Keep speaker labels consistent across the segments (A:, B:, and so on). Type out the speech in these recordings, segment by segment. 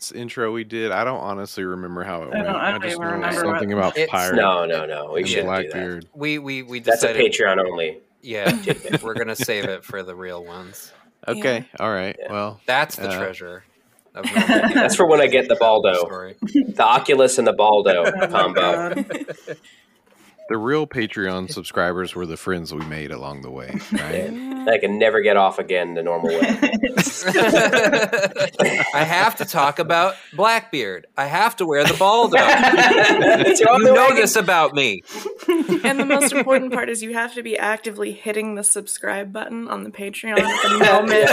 A: s- intro we did, I don't honestly remember how it
B: I don't-
A: went.
B: I
A: I,
B: don't
A: just
B: even
A: know it was
B: remember what-
A: something about
C: It's-
A: pirate
C: no,
D: No, no, no. We
A: and
D: shouldn't do that.
A: Blackbeard.
C: We we we
D: That's a
C: decided.
D: Patreon only.
C: Yeah, we're gonna save it for the real ones.
A: Okay, all right.
D: Yeah.
A: Well,
C: That's the
A: Uh,
C: treasure. Of
B: That's
D: for when I get the Baldo.
C: Story.
D: The Oculus and the Baldo
B: Oh my
D: combo.
B: God.
A: the real Patreon subscribers were the friends we made along the way, right?
D: that I can never get off again the normal way.
C: I have to talk about Blackbeard. I have to wear the Baldo.
D: It's on
C: you
D: the
C: know
D: wagon.
C: this about me.
B: and the most important part is you have to be actively hitting the subscribe button on the Patreon at the moment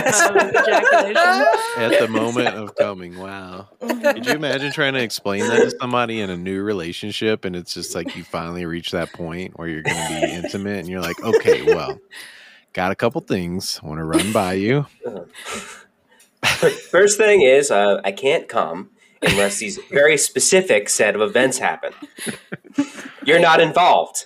B: of
A: At the moment of coming, wow. Could
B: ejaculation.
A: you imagine trying to explain that to somebody in a new relationship and it's just like you finally reach that point where you're going to be intimate and you're like, okay, well, got a couple things I want to run by you.
D: First thing is, uh, I can't come unless these very specific set of events happen. You're not involved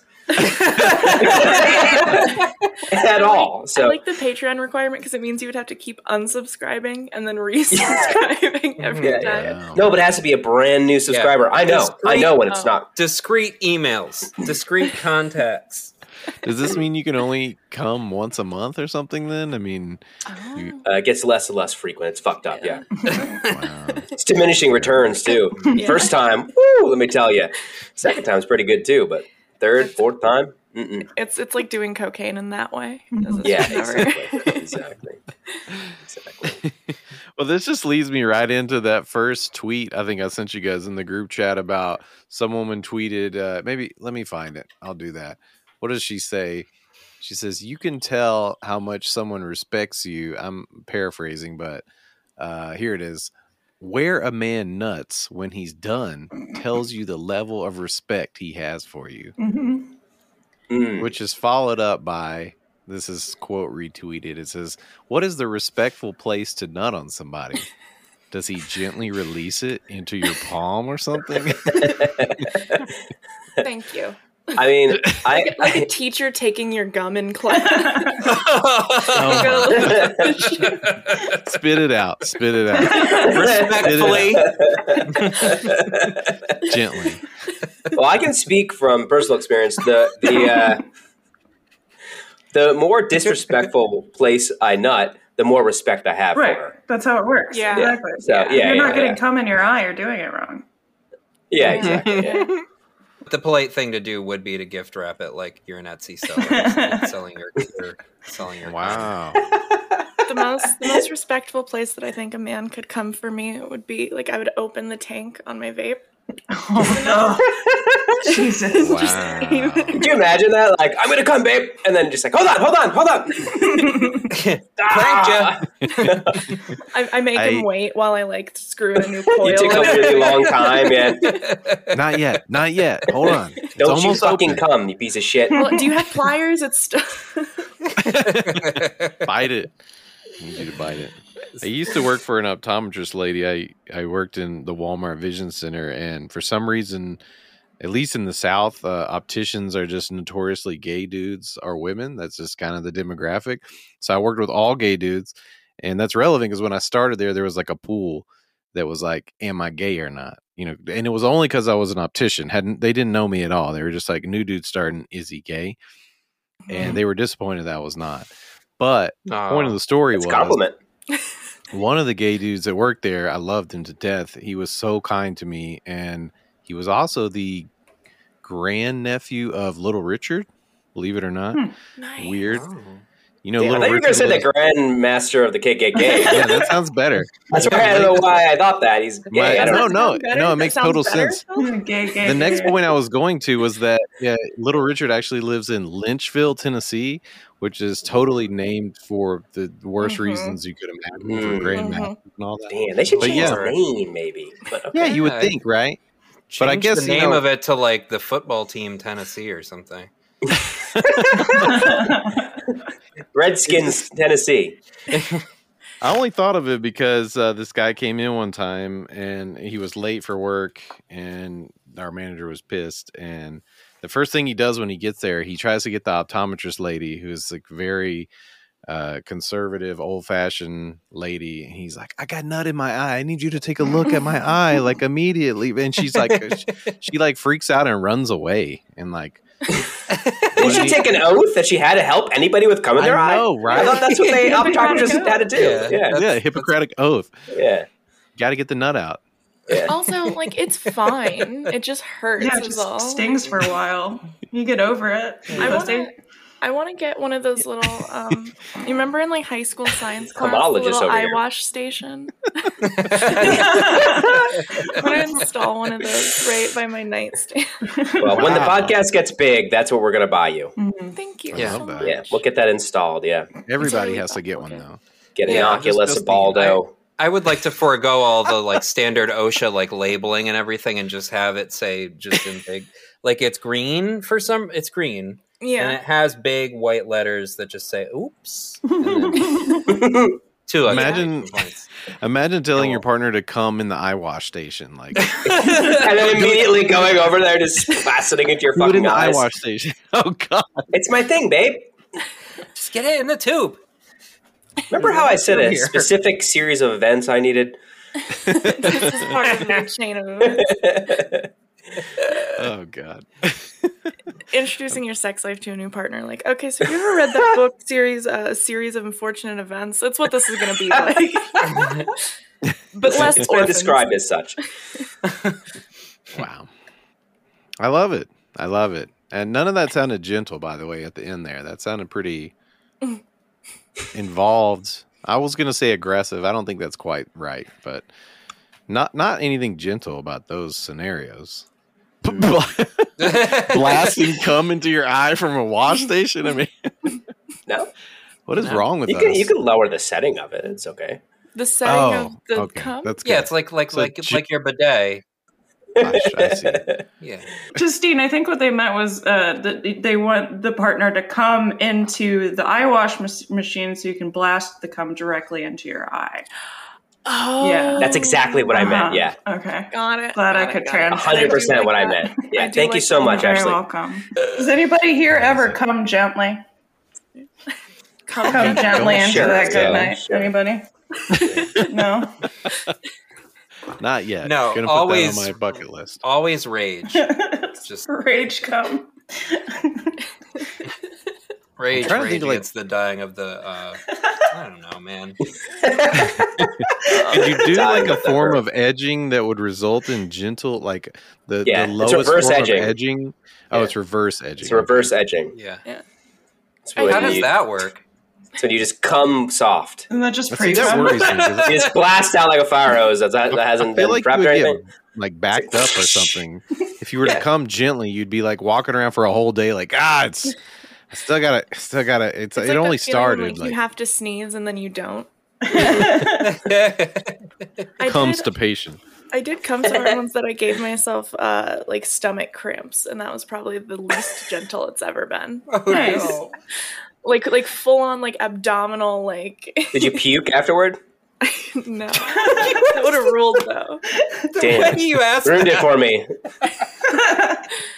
D: at all.
B: I
D: So
B: like the Patreon requirement because it means you would have to keep unsubscribing and then resubscribing every
D: Mm-hmm. Yeah,
B: time.
A: Wow.
D: no, but it has to be a brand new subscriber. I know. I know when
B: Oh.
D: it's not.
C: Discrete emails, discrete contacts.
A: Does this mean you can only come once a month or something then? I mean, you-
D: Uh, it gets less and less frequent. It's fucked up. Yeah,
A: wow.
D: it's diminishing returns too.
B: Yeah.
D: First time, woo, let me tell you. Second time's pretty good too, but third, fourth time, mm-mm.
B: It's it's like doing cocaine in that way. Is it
D: yeah,
B: never-
D: exactly, exactly, exactly.
A: Well, this just leads me right into that first tweet I think I sent you guys in the group chat about some woman tweeted, uh, maybe let me find it. I'll do that. What does she say? She says, You can tell how much someone respects you. I'm paraphrasing, but uh, here it is. Where a man nuts when he's done tells you the level of respect he has for you,
E: Mm-hmm.
B: Mhm.
D: Mm.
A: which is followed up by this is quote retweeted. It says, What is the respectful place to nut on somebody? Does he gently release it into your palm or something?
B: Thank you.
D: I mean, I,
B: Like a teacher taking your gum in class.
A: Oh
D: I
A: Spit it out. Spit it out.
C: Respectfully,
A: Gently.
D: well, I can speak from personal experience. The the uh, the more disrespectful place I nut, the more respect I have
E: Right.
D: for her.
E: That's how it works.
B: Yeah.
E: Exactly.
D: So yeah,
E: If
D: yeah,
E: you're not
D: yeah,
E: getting
D: yeah.
E: cum in your eye or doing it wrong.
D: Yeah, exactly.
C: the polite thing to do would be to gift wrap it like you're an Etsy seller, selling your, your selling your.
A: Wow.
B: the most the most respectful place that I think a man could come for me would be like I would open the tank on my vape.
E: Oh no. Jesus.
A: Wow.
D: Could you imagine that? Like, I'm gonna come, babe, and then just like, hold on, hold on, hold on. Ah!
B: I, I make him
A: I-
B: wait while I like screw in a new coil.
D: You took a really long time, man.
A: Not yet. Not yet. Hold on. It's
D: Don't you
A: almost
D: fucking
A: open.
D: come, you piece of shit.
B: well, do you have pliers? It's st-
A: bite it. I need you to bite it. I used to work for an optometrist lady. I, I worked in the Walmart Vision Center, and for some reason, at least in the South, uh, opticians are just notoriously gay dudes or women. That's just kind of the demographic. So I worked with all gay dudes, and that's relevant because when I started there, there was like a pool that was like, "Am I gay or not?" You know, and it was only because I was an optician. hadn't They didn't know me at all. They were just like, "New dude starting, is he gay?" And they were disappointed that I was not. But point of the story
D: Um, It's a
A: was
D: compliment.
A: one of the gay dudes that worked there, I loved him to death. He was so kind to me, and he was also the grand nephew of Little Richard. Believe it or not,
B: nice.
A: weird.
C: Oh.
A: You know,
D: Yeah, I
A: Little
D: thought you were
A: Richard.
D: gonna say the
A: was-
D: grandmaster of the KKK.
A: yeah, that sounds better.
D: That's why I don't know why I thought that. He's gay.
A: My-
D: I
A: no,
D: don't
B: Does that
A: no,
B: sound better?
A: no. It
B: That
A: makes
B: sounds
A: total
B: better?
A: sense.
E: Gay, gay,
A: The next
E: gay.
A: point I was going to was that yeah, Little Richard actually lives in Lynchville, Tennessee, which is
D: Mm-hmm.
A: totally named for the worst
B: Mhm.
A: reasons you could imagine for
D: Mm.
A: grandmaster and all that.
D: Damn, they should
A: But
D: change
A: yeah.
D: his name, maybe. But uh, okay.
A: Yeah, you would
C: Yeah.
A: think, right?
C: But I
A: Change
C: guess
A: the
C: the name
A: name
C: of it to like the football team Tennessee or something.
D: Redskins, Tennessee.
A: I only thought of it because uh, this guy came in one time and he was late for work, and our manager was pissed. And the first thing he does when he gets there, he tries to get the optometrist lady, who is like very uh, conservative, old fashioned lady. And he's like, I got nut in my eye. I need you to take a look at my eye, like immediately. And she's like, she, she, like freaks out and runs away. And like,
D: Didn't she take an oath that she had to help anybody with cum in their
A: I
D: eye?
A: know, right?
D: I thought that's what they
E: Hippocratic
D: optometrists
E: oath.
D: had to do.
C: Yeah.
D: Yeah,
A: yeah, Hippocratic oath.
D: yeah,
A: Got to get the nut out.
D: yeah.
B: Also, like it's fine. It just hurts.
E: Yeah, it
B: is
E: just
B: all.
E: stings for a while. You get over it.
B: I want to. I want to get one of those little. Um, you remember in like high school science class, the
D: Homologist
B: little
D: over
B: eye
D: here.
B: wash station.
E: to.
B: I want to install one of those right by my nightstand.
D: Well, when the
A: Wow.
D: podcast gets big, that's what we're gonna buy you.
B: Thank you.
A: I
B: so
A: love that.
B: much.
D: Yeah, we'll get that installed. Yeah,
A: Everybody
B: really
A: has to get one
B: complicated.
A: though.
D: get an
C: Yeah, I'm
A: just-
D: Oculus,
A: just
D: a Baldo.
C: I would like to forego all the like standard OSHA like labeling and everything, and just have it say just in big, like it's green for some. It's green, and
B: Yeah.
C: it has big white letters that just say "Oops." and then Two other
A: Imagine-
C: complaints.
A: Imagine telling
C: Cool.
A: your partner to come in the eye wash station. Like,
D: and then immediately going over there, just fastening into your
A: do it in
D: fucking
A: the eye
D: eyes.
A: wash station. Oh God.
D: It's my thing, babe.
C: just get it in the tube.
D: Remember how I said a
C: Here.
D: specific series of events I needed?
B: this is part of my chain of events.
A: Oh God.
B: introducing your sex life to a new partner. Like, okay, so have you ever read that book series, uh, a series of unfortunate events? That's what this is going to be like, but less
D: It's been
B: orphans.
D: described as such.
A: Wow. I love it. I love it. And none of that sounded gentle, by the way, at the end there. That sounded pretty involved. I was gonna say aggressive. I don't think that's quite right, but not not anything gentle about those scenarios. Blasting cum into your eye from a wash station. I mean,
D: No,
A: what is wrong with
D: you
A: us?
D: can you can lower the setting of it. It's okay.
B: The setting of
A: oh,
B: the
A: okay.
B: cum.
A: That's good.
C: yeah, it's like like
A: So
C: like
A: ju-
C: like your bidet.
A: Gosh, I see.
C: Yeah,
E: Justine, I think what they meant was uh, that they want the partner to come into the eye wash mas- machine so you can blast the cum directly into your eye.
B: oh,
E: Yeah.
D: That's exactly what I meant. Yeah,
E: Uh-huh. Okay.
B: Got it.
E: Glad I
B: got it,
E: could
B: got it.
E: trans-
D: a hundred percent what I meant.
B: I
D: Yeah,
B: do
D: thank you
B: like
D: so
B: that.
D: much.
E: You're very
D: Actually,
E: welcome. Does anybody here ever come gently? Come
B: Cum cum.
E: gently into
D: Sure,
E: that good
D: yeah,
E: night.
D: sure.
E: Anybody? no.
A: Not yet.
C: No,
A: gonna put
C: always-
A: that on my bucket list.
C: always rage. Just
E: Rage come.
C: rage,
A: trying to think of,
C: rage
A: like-
C: against the dying of the. Uh, I don't know, man.
A: Could you do
D: Dying
A: like a
D: with that
A: form
D: verb.
A: of edging that would result in gentle, like the,
D: Yeah,
A: the
D: it's
A: lowest
D: reverse
A: form
D: edging.
A: of edging? Oh,
C: Yeah.
A: it's reverse edging.
D: It's reverse edging.
C: Yeah,
D: It's
B: How
D: when,
C: how does
D: you,
C: that work?
D: it's when you just come soft.
E: Isn't that just
A: See,
E: pre
A: that worries me. 'cause
D: You just blast out like a fire hose that's, that
A: I
D: hasn't been
A: feel like you
D: prepped
A: would
D: or
A: get
D: anything.
A: like backed up or something. If you were
D: Yeah.
A: to come gently, you'd be like walking around for a whole day, like ah, it's I still gotta, I still gotta. It's,
B: It's
A: it
B: like that
A: only
B: feeling when,
A: started
B: Like,
A: like,
B: you have to sneeze and then you don't.
C: Oh,
B: I
A: comes
B: did,
A: to patient.
B: I did come somewhere once that I gave myself uh, like stomach cramps, and that was probably the least gentle it's ever been.
C: Oh,
E: Nice.
C: no.
B: Like like full on like abdominal like
D: Did you puke afterward?
B: no that would have ruled though.
D: Damn.
C: Why do you ask
D: Ruined it
C: that?
D: for me.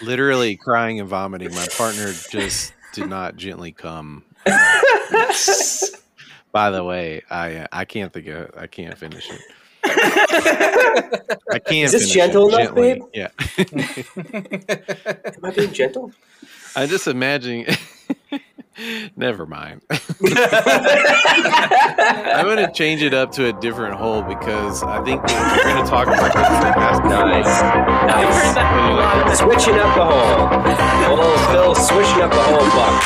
A: Literally crying and vomiting. My partner just did not gently come. By the way, I I can't think of I can't finish it. I can't.
D: Is this
A: finish
D: gentle
A: it
D: enough,
A: gently.
D: babe?
A: Yeah,
D: Am I being gentle?
A: I just imagine. Never mind. I'm gonna change it up to a different hole because I think we're gonna talk about this.
D: Nice.
B: I've
D: Nice.
B: heard that a lot.
D: Switching up the whole. Old Phil switching up the whole buck.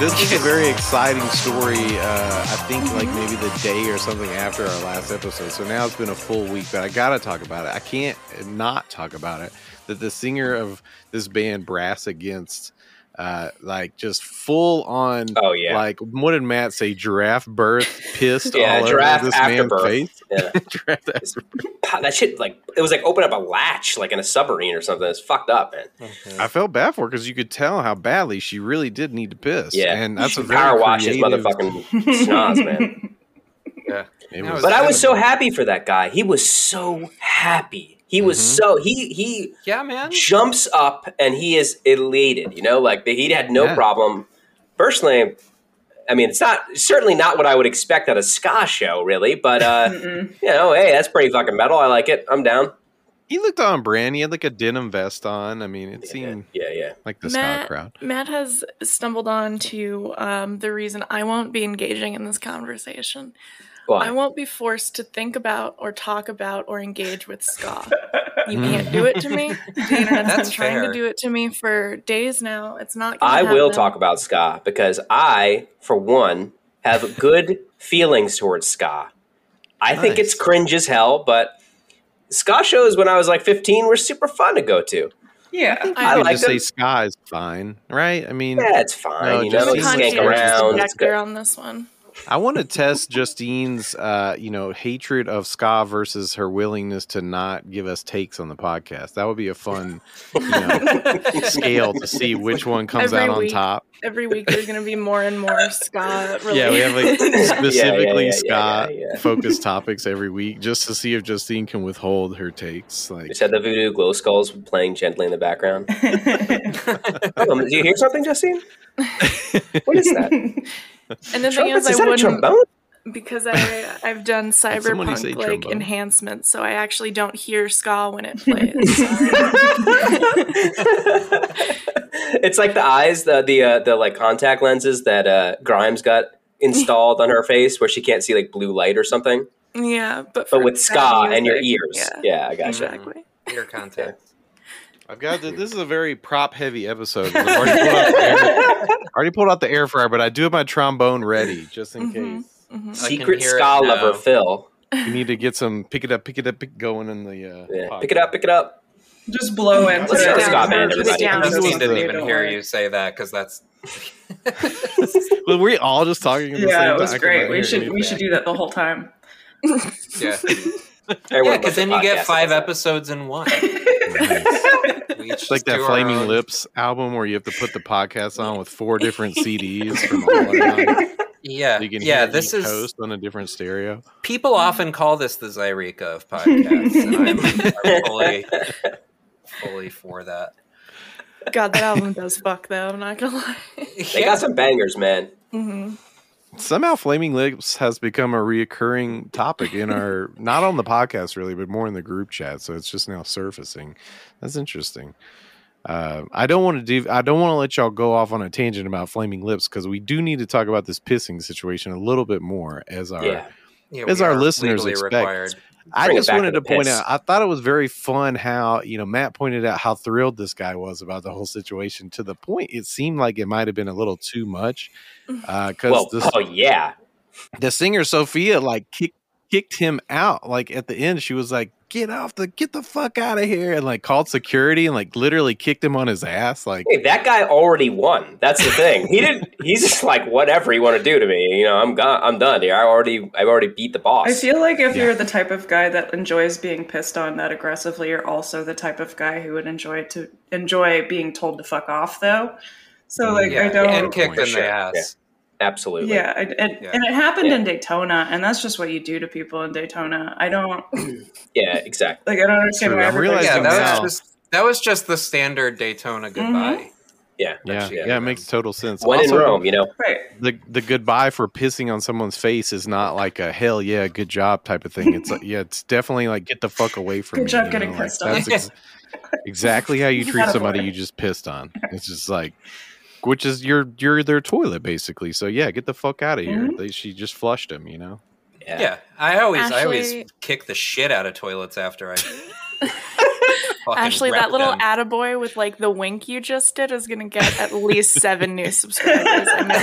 A: This is a very exciting story. Uh, I think like maybe the day or something after our last episode. So now it's been a full week, but I gotta talk about it. I can't not talk about it. That the singer of this band Brass Against uh, like just full on.
D: Oh yeah.
A: Like what did Matt say? Giraffe birth pissed
D: Yeah,
A: all
D: giraffe
A: over this
D: after
A: man's
D: birth.
A: face.
D: Yeah.
A: Giraffe after-
D: Pow, that shit like it was like open up a latch like in a submarine or something. It's fucked up, man.
A: I felt bad for her because you could tell how badly she really did need to piss.
D: Yeah.
A: and that's a very
D: Power wash his
A: creative-
D: motherfucking schnoz, man.
A: it
C: That was-
D: But I was so
A: happy.
D: happy for that guy. He was so happy. He was
A: Mhm.
D: so he he
C: Yeah, man.
D: jumps up and he is elated. You know, like he had no
A: Yeah.
D: problem. Personally, I mean, it's not certainly not what I would expect at a ska show, really. But uh,
E: Mm-mm.
D: you know, hey, that's pretty fucking metal. I like it. I'm down.
A: He looked on brand. He had like a denim vest on. I mean, it
D: Yeah,
A: seemed
D: yeah, yeah.
A: like the
B: Matt-
A: stock crowd.
B: Matt has stumbled on to um, the reason I won't be engaging in this conversation. I
D: Why?
B: won't be forced to think about or talk about or engage with ska. You can't do it to me. The internet's been
C: That's
B: trying
C: fair.
B: to do it to me for days now. It's not. Gonna
D: I will
B: happen.
D: talk about ska because I, for one, have good feelings towards ska. I think
A: Nice.
D: it's cringe as hell, but ska shows when I was like 15 were super fun to go to.
E: Yeah.
A: You
D: I
A: could
D: like
A: just say
D: them.
A: sky is fine, right? I mean,
D: Yeah, it's fine.
A: No,
D: you
A: just
D: know,
B: I'm
D: you
B: a
A: seems like
D: skank
A: a
D: around. It's
B: objector
D: good.
B: on this one.
A: I want to test Justine's, uh, you know, hatred of ska versus her willingness to not give us takes on the podcast. That would be a fun you know, scale to see which one comes
B: Every
A: out on
B: week.
A: top.
B: Every week there's going to be more and more ska. Related.
A: Yeah, we have like specifically
D: yeah, yeah,
A: ska
D: yeah, yeah.
A: focused topics every week just to see if Justine can withhold her takes. Like,
D: Just had the voodoo glow skulls playing gently in the background. Oh, do you hear something, Justine? What is that?
B: and the thing
D: Trumpets?
B: is,
D: Is
B: I
D: that a
B: wouldn't
D: trombone?
B: because I I've done
A: somebody say
B: cyberpunk like
A: trombone?
B: enhancements, so I actually don't hear ska when it plays.
D: it's like the eyes, the the uh, the like contact lenses that uh, Grimes got installed on her face, where she can't see like blue light or something.
B: yeah, but for
D: But with ska and your
B: music,
D: ears,
B: yeah,
D: yeah, I gotcha.
B: exactly.
C: Your contact.
A: I've got to, this is a very prop heavy episode. 'cause I've already pulled, out the air, already pulled out the air fryer, but I do have my trombone ready just in
B: Mhm.
A: case.
B: Mhm.
C: I can
D: Secret
C: hear it
D: ska
C: now.
D: lover Phil,
A: You need to get some pick it up, pick it up, pick going in the uh,
D: yeah.
A: podcast.
D: pick it up, pick it up.
E: Just blow into
D: Let's
E: it.
D: go, Scott, man,
E: Just
D: everybody.
E: down
A: This was
C: Justine
E: into
C: didn't
A: the-
E: it.
C: even
E: Don't
C: hear
E: worry.
C: you say that because that's.
A: Well, we're all just talking. At the same
E: Yeah,
A: time.
E: it was
A: I can
E: great.
A: not
E: We
A: hear
E: should
A: anything.
E: we should do that the whole time.
C: yeah.
D: Everyone
C: Yeah, because
D: loves the
C: then you
D: podcast.
C: get five episodes in one. We
A: It's
C: each
A: like
C: just
A: that
C: do our
A: Flaming
C: own.
A: Lips album where you have to put the podcast on with four different CDs from all around.
C: Yeah,
A: You can
C: yeah.
A: hear
C: This
A: each
C: is
A: host on a different stereo.
C: people often call this the Zyrica of podcasts. and I'm, I'm fully, fully for that.
B: God, that album does fuck though. I'm not gonna lie.
D: They got some bangers, man.
B: Mhm.
A: Somehow, Flaming Lips has become a reoccurring topic in our not on the podcast really, but more in the group chat. So it's just now surfacing. That's interesting. Uh, I don't want to do. I don't want to let y'all go off on a tangent about Flaming Lips because we do need to talk about this pissing situation a little bit more as our
D: Yeah,
C: Yeah,
A: As
C: we
A: our
C: are
A: listeners
C: legally
A: expect.
C: required.
A: I
D: Bring it
A: just
D: back
A: wanted
D: to
A: to
D: the
A: point
D: piss.
A: out, I thought it was very fun how, you know, Matt pointed out how thrilled this guy was about the whole situation to the point it seemed like it might have been a little too much. Because
D: well,
A: the,
D: oh yeah,
A: the singer Sophia, like, kicked kicked him out like at the end she was like get off the get the fuck out of here and like called security and like literally kicked him on his ass like
D: Hey, that guy already won. That's the thing. He didn't. He's just like whatever you want to do to me. You know, I'm gone. I'm done here. I already. I've already beat the boss.
E: I feel like if
A: Yeah.
E: you're the type of guy that enjoys being pissed on that aggressively, you're also the type of guy who would enjoy to enjoy being told to fuck off though. So like
C: Mm, Yeah,
E: I don't
C: and kicked in
A: Sure,
C: the ass.
D: absolutely.
E: yeah, I, and,
C: Yeah.
E: and it happened
D: Yeah.
E: in Daytona, and that's just what you do to people in Daytona. I don't
D: Yeah. Exactly.
E: like. I don't understand
A: True,
E: why
A: I'm
E: everybody's
A: realizing
C: Yeah,
E: so
A: that now.
E: mad.
C: that was just that was just the standard Daytona
B: Mm-hmm.
C: goodbye.
D: Yeah.
A: yeah
C: Yeah.
A: yeah, it makes total sense
D: When
A: Also,
D: in Rome, you know.
E: right.
A: the the goodbye for pissing on someone's face is not like a hell yeah good job type of thing. It's like, yeah, it's definitely like get the fuck away from
E: Good
A: me.
E: job
A: you
E: getting
A: know, like,
E: pissed on.
A: That's ex- exactly how you
E: Not
A: treat
E: a
A: somebody
E: boy.
A: you just pissed on. It's just like, which is you're you're their toilet basically. So yeah, get the fuck out of here.
E: Mm-hmm.
A: They, she just flushed him. You know.
D: Yeah.
C: Yeah, I always I always
B: Ashley-
C: kick the shit out of toilets after I. fucking
B: Ashley,
C: wreck
B: that little
C: them.
B: attaboy with like the wink you just did is gonna get at least seven new subscribers. I know.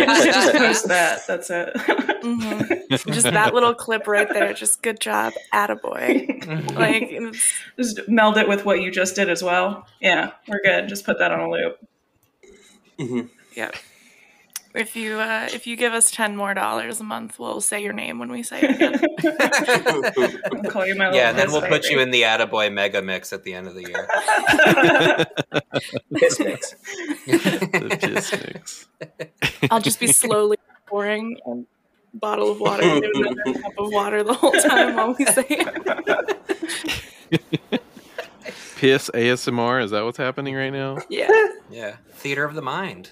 B: it.
E: just post that. That's it.
B: Mhm. Just that little clip right there. Just good job, attaboy. Like it's,
E: just meld it with what you just did as well. Yeah, we're good. Just put that on a loop.
D: Mhm.
B: Yeah. If you uh, if you give us ten more dollars a month, we'll say your name when we say it. Again.
E: I'll call you my little
C: yeah, and then we'll
E: miss
C: put you
E: baby.
C: in the Attaboy mega mix at the end of the year.
D: Piss mix.
A: The piss mix.
B: I'll just be slowly pouring a bottle of water into another cup of water the whole time while we say it.
A: Piss ASMR. Is that what's happening right now?
B: Yeah.
C: yeah, theater of the mind.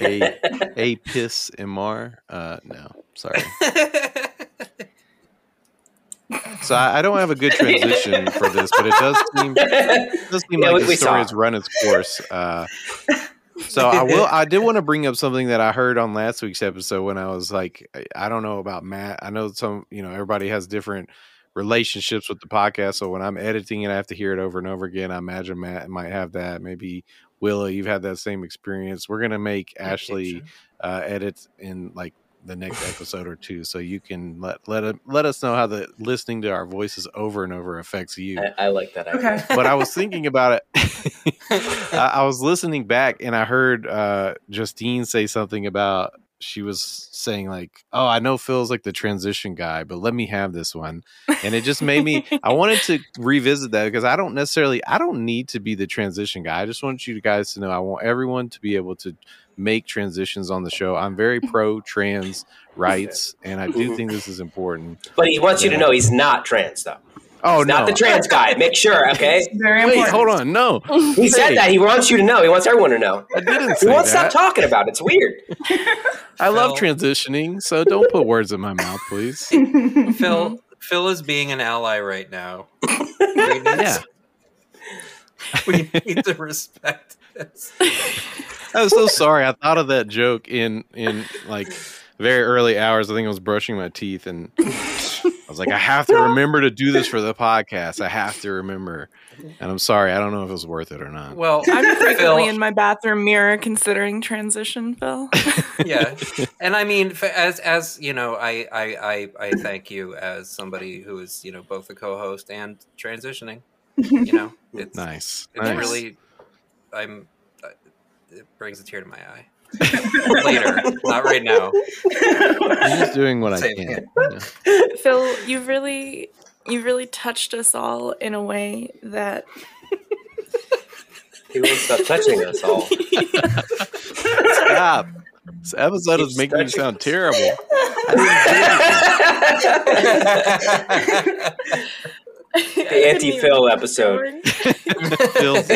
A: A a piss MR. Uh, no, sorry. So I, I don't have a good transition for this, but it does seem it does seem
D: Yeah,
A: like
D: we-
A: the
D: we
A: story
D: saw.
A: has run its course. Uh, so I will. I did want to bring up something that I heard on last week's episode when I was like, I- I don't know about Matt. I know some. You know, everybody has different relationships with the podcast. So when I'm editing it, I have to hear it over and over again. I imagine Matt might have that. Maybe Willow, you've had that same experience. We're gonna make Ashley uh, edits in like the next episode or two, so you can let let it- let us know how the listening to our voices over and over affects you.
D: I, I like that idea.
E: Okay.
A: But I was thinking about it. I, I was listening back, and I heard uh, Justine say something about she was saying like, "Oh, I know Phil's like the transition guy, but let me have this one." And it just made me. I wanted to revisit that because I don't necessarily. I don't need to be the transition guy. I just want you guys to know. I want everyone to be able to make transitions on the show. I'm very pro trans rights, and I
D: Mm-hmm.
A: do think this is important.
D: But he wants you to know he's not trans, though.
A: Oh
D: He's
A: no!
D: not the trans guy. Make sure, okay?
E: It's very
A: Wait,
E: important.
A: hold on. No,
D: He said
A: Hey.
D: that. He wants you to know. He wants everyone to know.
A: I didn't
D: He
A: say
D: won't
A: that.
D: stop talking about it. It's weird.
A: I love
C: Phil.
A: transitioning, so don't put words in my mouth, please.
C: Phil
B: Mm-hmm.
C: Phil is being an ally right now. We need,
A: Yeah.
C: we need to respect this.
A: I'm so sorry. I thought of that joke in in like very early hours. I think I was brushing my teeth and I was like, I have to remember to do this for the podcast. I have to remember. And I'm sorry, I don't know if it was worth it or not.
C: Well,
B: I'm frequently
C: Phil-
B: in my bathroom mirror considering transition, Phil.
C: yeah and i mean f- as as you know I, I i i thank you as somebody who is you know both a co-host and transitioning you know it's
A: Nice.
C: it's
A: nice.
C: really i'm uh, it brings a tear to my eye later not right now
A: I'm just doing what I
C: Same
A: can.
C: here.
A: you know.
B: Phil, you've really you've really touched us all in a way that
D: He won't stop touching us all.
A: Stop. This episode is
D: Keeps
A: making me
D: touching
A: sound terrible.
D: The anti Phil episode.
A: Phil's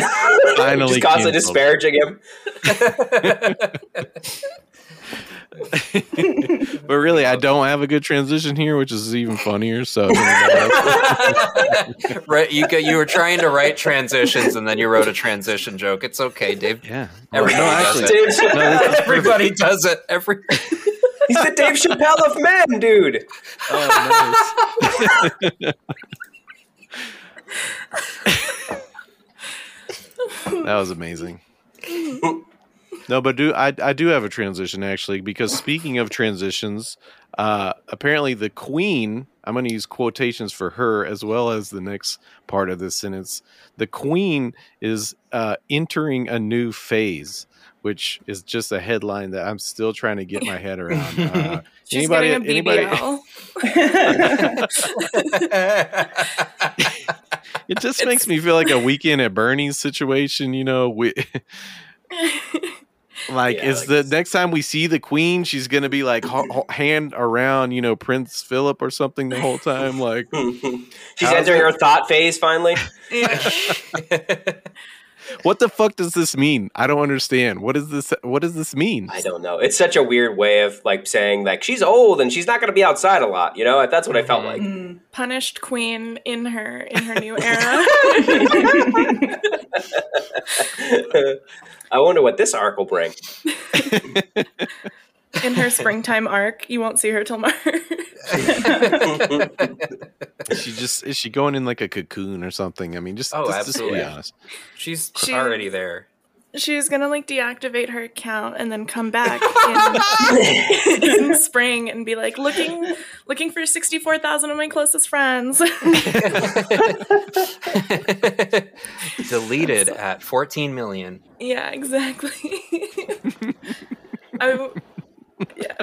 A: finally
D: Just
A: canceled.
D: constantly disparaging him.
A: But really, I don't have a good transition here, which is even funnier. So, if anybody else-
C: right you go, you were trying to write transitions and then you wrote a transition joke it's okay dave
A: yeah.
C: Everybody
A: no,
C: does
A: actually,
C: it.
D: Dave Chappelle-
A: no, this is perfect.
C: everybody does it every
D: he's the Dave Chappelle of men, dude.
A: Oh, nice. that was amazing. No, but do I, I do have a transition actually because speaking of transitions, uh, apparently the queen I'm going to use quotations for her as well as the next part of this sentence. The queen is uh, entering a new phase, which is just a headline that I'm still trying to get my head around. Uh,
B: she's
A: Anybody-
B: getting a
A: anybody-
B: BBL.
A: It just makes me feel like a weekend at Bernie's situation, you know. We, like,
D: Yeah,
A: it's
D: like
A: the
D: it's-
A: next time we see the queen, she's gonna be like ho- ho- hand around, you know, Prince Philip or something the whole time. Like,
D: She's
A: How's
D: entering her thought phase finally.
A: what the fuck does this mean? I don't understand. What is this? What does this mean?
D: I don't know. It's such a weird way of like saying like she's old and she's not going to be outside a lot. You know, that's what I felt
B: Mm-hmm.
D: like.
E: Mm.
B: Punished queen in her in her new era.
D: I wonder what this arc will bring.
B: in her springtime arc. You won't see her till March.
A: Is she just is she going in like a cocoon or something? I mean, just
C: Oh,
A: just, just to be
C: absolutely.
A: honest.
C: She's
B: She-
C: already there.
B: She's gonna like deactivate her account and then come back in, in spring and be like looking looking for sixty four thousand of my closest friends.
C: Deleted at 14 million.
B: yeah, exactly. I, w- yeah.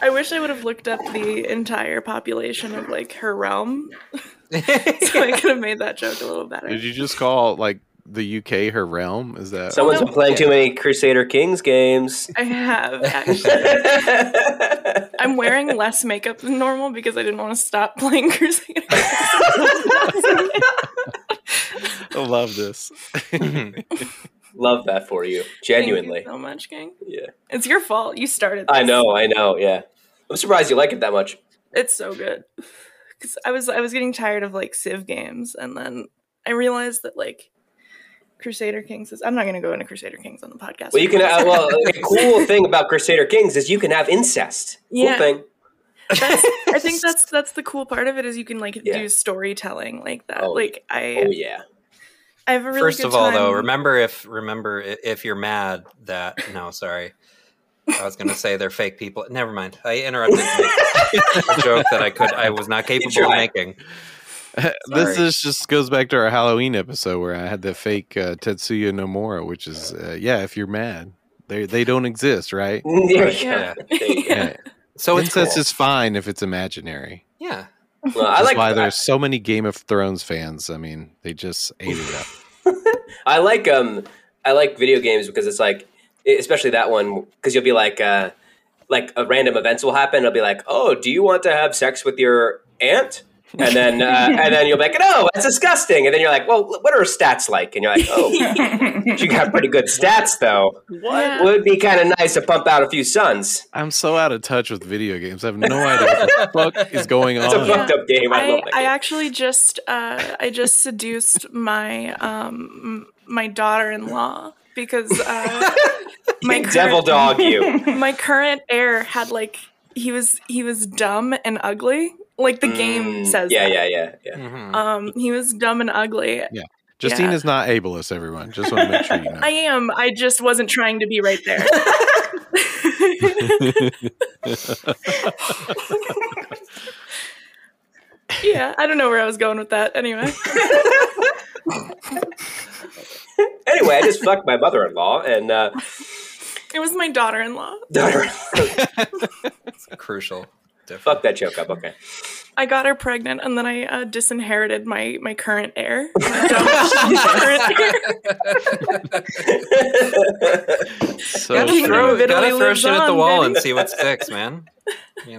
B: I wish I would have looked up the entire population of like her realm, so I could have made that joke a little better.
A: Did you just call like the UK her realm? Is that
D: Someone's
B: no.
D: been playing too many Crusader Kings games.
B: I have actually. I'm wearing less makeup than normal because I didn't want to stop playing Crusader.
A: I love this.
D: Love that for you,
B: Thank you
D: genuinely.
B: so much, gang.
D: Yeah,
B: It's your fault. You started. This.
D: I know, I know. Yeah, I'm surprised you like it that much.
B: It's so good. Cause I was I was getting tired of like Civ games, and then I realized that like Crusader Kings is. I'm not gonna go into Crusader Kings on the podcast.
D: Well, you can. Uh, well, a cool thing about Crusader Kings is you can have incest. Cool
B: Yeah.
D: thing.
B: That's, I think that's that's the cool part of it is you can like
D: Yeah.
B: do storytelling like that.
D: Oh,
B: like I
D: Oh yeah.
B: I have a really
C: First
B: good
C: of all, though,
B: time-
C: remember if remember i- if you're mad that no, sorry, I was going to say they're fake people. Never mind, I interrupted my- a joke that I could I was not capable of
D: tried.
C: making.
A: this is just goes back to our Halloween episode where I had the fake uh, Tetsuya Nomura, which is uh, yeah, if you're mad, they they don't exist, right?
D: There you go.
B: Yeah.
D: There you go.
B: Yeah.
C: So it's
A: incest
C: cool.
A: is fine if it's imaginary.
C: yeah.
D: Well, I
A: That's
D: like
A: why there's so many Game of Thrones fans. I mean, they just ate it up.
D: I like um I like video games because it's like e, especially that one because you'll be like uh like a random events will happen. It'll be like, oh, do you want to have sex with your aunt? And then uh, and then you'll be like, no, that's disgusting. And then you're like, well, what are her stats like? And you're like, oh, she got pretty good stats though.
B: Yeah.
D: Would be kind of nice to pump out a few sons.
A: I'm so out of touch with video games. I have no idea what the fuck is going
D: It's a
A: on.
B: fuck-
D: fucked up game. I,
B: I,
D: love that
B: I
D: game.
B: actually just uh, I just seduced my um, m- my daughter-in-law because uh, my
D: Devil dog
B: current,
D: you.
B: my current heir had like he was he was dumb and ugly like the
D: Mm,
B: game says
D: Yeah,
B: that.
D: yeah, yeah, yeah.
C: Mhm.
B: um he was dumb and ugly
A: Justine
B: Yeah.
A: is not ableist, everyone. Just want to make sure you know.
B: I am I just wasn't trying to be right there yeah I don't know where I was going with that anyway
D: Anyway, I just fucked my mother-in-law and uh,
B: it was my daughter-in-law
D: daughter.
C: It's crucial.
D: Fuck that joke up. Okay.
B: I got her pregnant, and then I uh, disinherited my my current heir. My dumb current heir.
A: so
C: Gotta
B: King
C: throw,
B: of Italy
C: gotta throw
B: lives
C: shit at the
B: on,
C: wall
B: baby.
C: and see what sticks, man. You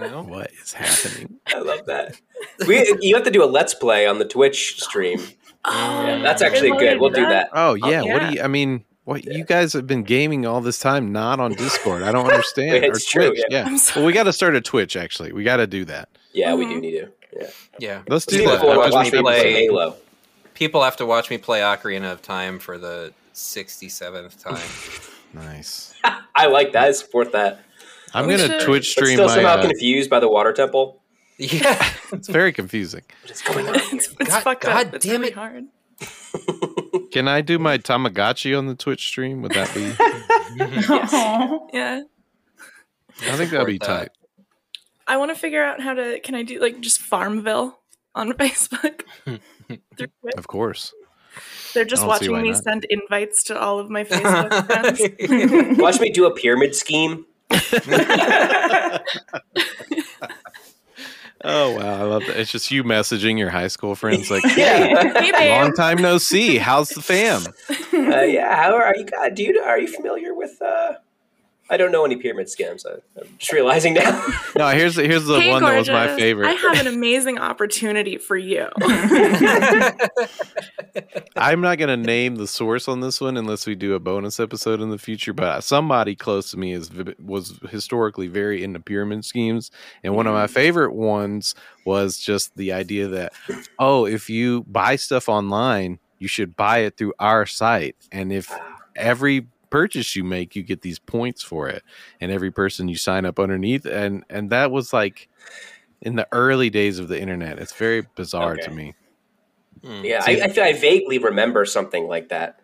C: know,
A: What is happening?
D: I love that. We you have to do a let's play on the Twitch stream.
B: Oh,
D: That's
B: I
D: actually
B: wanna
D: good. We'll do that.
A: Oh yeah, what
B: yeah.
A: do you? I mean, what you guys have been gaming all this time, not on Discord. I don't understand.
D: It's true,
A: Twitch,
D: yeah.
A: yeah.
B: I'm sorry.
A: Well, we got to start a Twitch. Actually, we got to do that.
D: Yeah, we do need to. Yeah.
C: yeah.
A: Let's do
D: People
A: that.
C: before
A: That
D: are
A: was my
D: watching people
A: favorite
D: play
A: thing.
D: Halo.
C: People have to watch me play Ocarina of Time for the sixty-seventh time.
A: Nice.
D: I like that. I support that.
A: I'm
B: We
A: gonna
B: should-
A: Twitch
D: But
A: stream
D: still
A: my.
D: somehow
A: uh,
D: confused by the water temple.
C: yeah.
A: it's very confusing.
D: What is going on?
B: It's, it's
C: God-
B: fucked
C: God
B: up. It's
C: damn
B: really
C: it.
B: hard.
A: Can I do my Tamagotchi on the Twitch stream? Would that be?
E: Aw.
B: Yeah,
A: I think that'd be
C: Support that.
A: tight.
B: I want to figure out how to. Can I do like just Farmville on Facebook? Through Twitch?
A: Of course.
B: They're just
A: I don't see
B: watching
A: why
B: me
A: not.
B: send invites to all of my Facebook friends.
D: Watch me do a pyramid scheme.
A: Oh wow, I love that. It's just you messaging your high school friends like,
D: Yeah.
B: Hey babe,
A: long time no see. How's the fam?
D: Uh, yeah. How are you? uh, Do you are you familiar with? uh I don't know any pyramid scams. I, I'm just realizing now.
A: No, here's here's the
B: Hey,
A: one that was my
B: gorgeous.
A: favorite.
B: I have an amazing opportunity for you.
A: I'm not going to name the source on this one unless we do a bonus episode in the future, but somebody close to me is v- was historically very into pyramid schemes, and one of my favorite ones was just the idea that oh, if you buy stuff online, you should buy it through our site, and if every purchase you make, you get these points for it, and every person you sign up underneath, and and that was like in the early days of the internet. It's very bizarre to
D: Okay.
A: me.
C: Mm.
D: yeah, I, I, feel I vaguely remember something like that.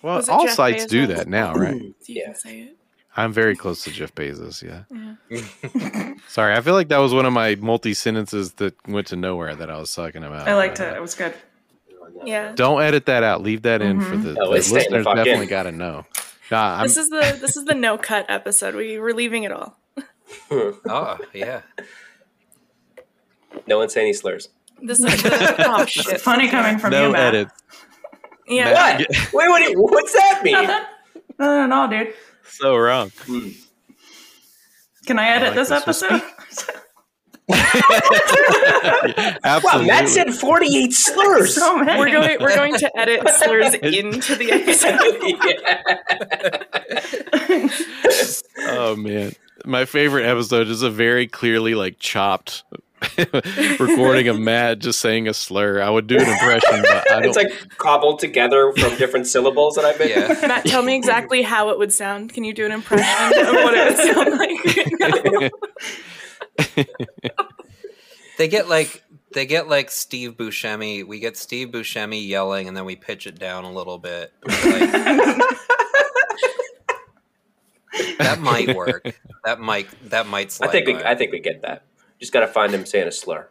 A: Well,
B: Was it
A: all
B: Jeff
A: sites do
B: Bezos?
A: that now, right?
B: You
D: Yeah.
B: can say it.
A: I'm very close to Jeff Bezos. Yeah.
B: Yeah.
A: Sorry, I feel like that was one of my multi sentences that went to nowhere that I was talking about.
E: I liked it. It was good.
B: Yeah.
A: Don't edit that out. Leave that in for
E: Mhm.
A: the,
D: No,
A: the
D: it's staying the
A: listeners.
D: fuck
A: Definitely
D: in.
A: got to know. Nah, I'm,
B: This is the this is the no cut episode. We we're leaving it all.
D: Hmm.
C: Oh yeah.
D: No one say any slurs.
B: This is the oh
E: It's
B: shit.
E: funny coming from
A: no
E: you, Matt.
A: edit.
B: Yeah.
A: Matt.
D: What? Wait, what? do you- what's that mean?
E: Nothing. No, no, no, dude.
A: So wrong.
E: Can I edit
A: like
E: this,
A: this
E: episode?
D: Wow,
A: Absolutely.
D: Matt said 48 slurs.
E: so many.
B: We're going we're going to edit slurs into the episode.
D: yeah.
A: oh man, my favorite episode is a very clearly like chopped recording of Matt just saying a slur. I would do an impression, but I don't.
D: It's like cobbled together from different syllables that I've been.
C: Yeah.
B: Matt, tell me exactly how it would sound. Can you do an impression of what it would sound like?
C: They get like they get like Steve Buscemi. We get Steve Buscemi yelling, and then we pitch it down a little bit. Like, that might work. That might that might
D: I
C: slide.
D: think we,
C: by.
D: I think we get that. Just got to find him saying a slur.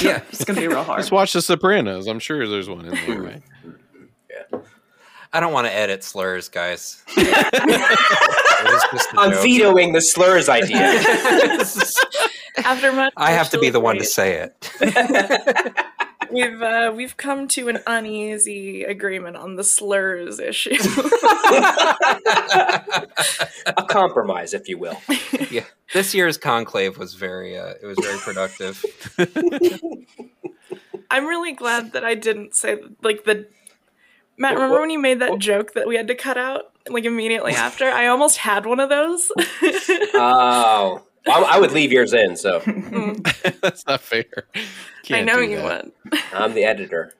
C: yeah.
E: It's gonna be real hard.
A: Just watch The Sopranos. I'm sure there's one in there, right?
C: I don't want to edit slurs, guys. it was just a
D: I'm
C: joke.
D: vetoing the slurs idea.
B: After much
C: I have to be the one to
B: deliberation.
C: say it.
B: We've uh, we've come to an uneasy agreement on the slurs issue.
D: a compromise, if you will.
C: yeah. This year's conclave was very uh, it was very productive.
B: I'm really glad that I didn't say like the Matt. Remember when you made that joke that we had to cut out like immediately after? I almost had one of those.
D: Oh, I, I would leave yours in, so
A: That's not fair.
B: I
A: Can't
B: know
A: do
B: you
A: that.
B: would.
D: I'm the editor.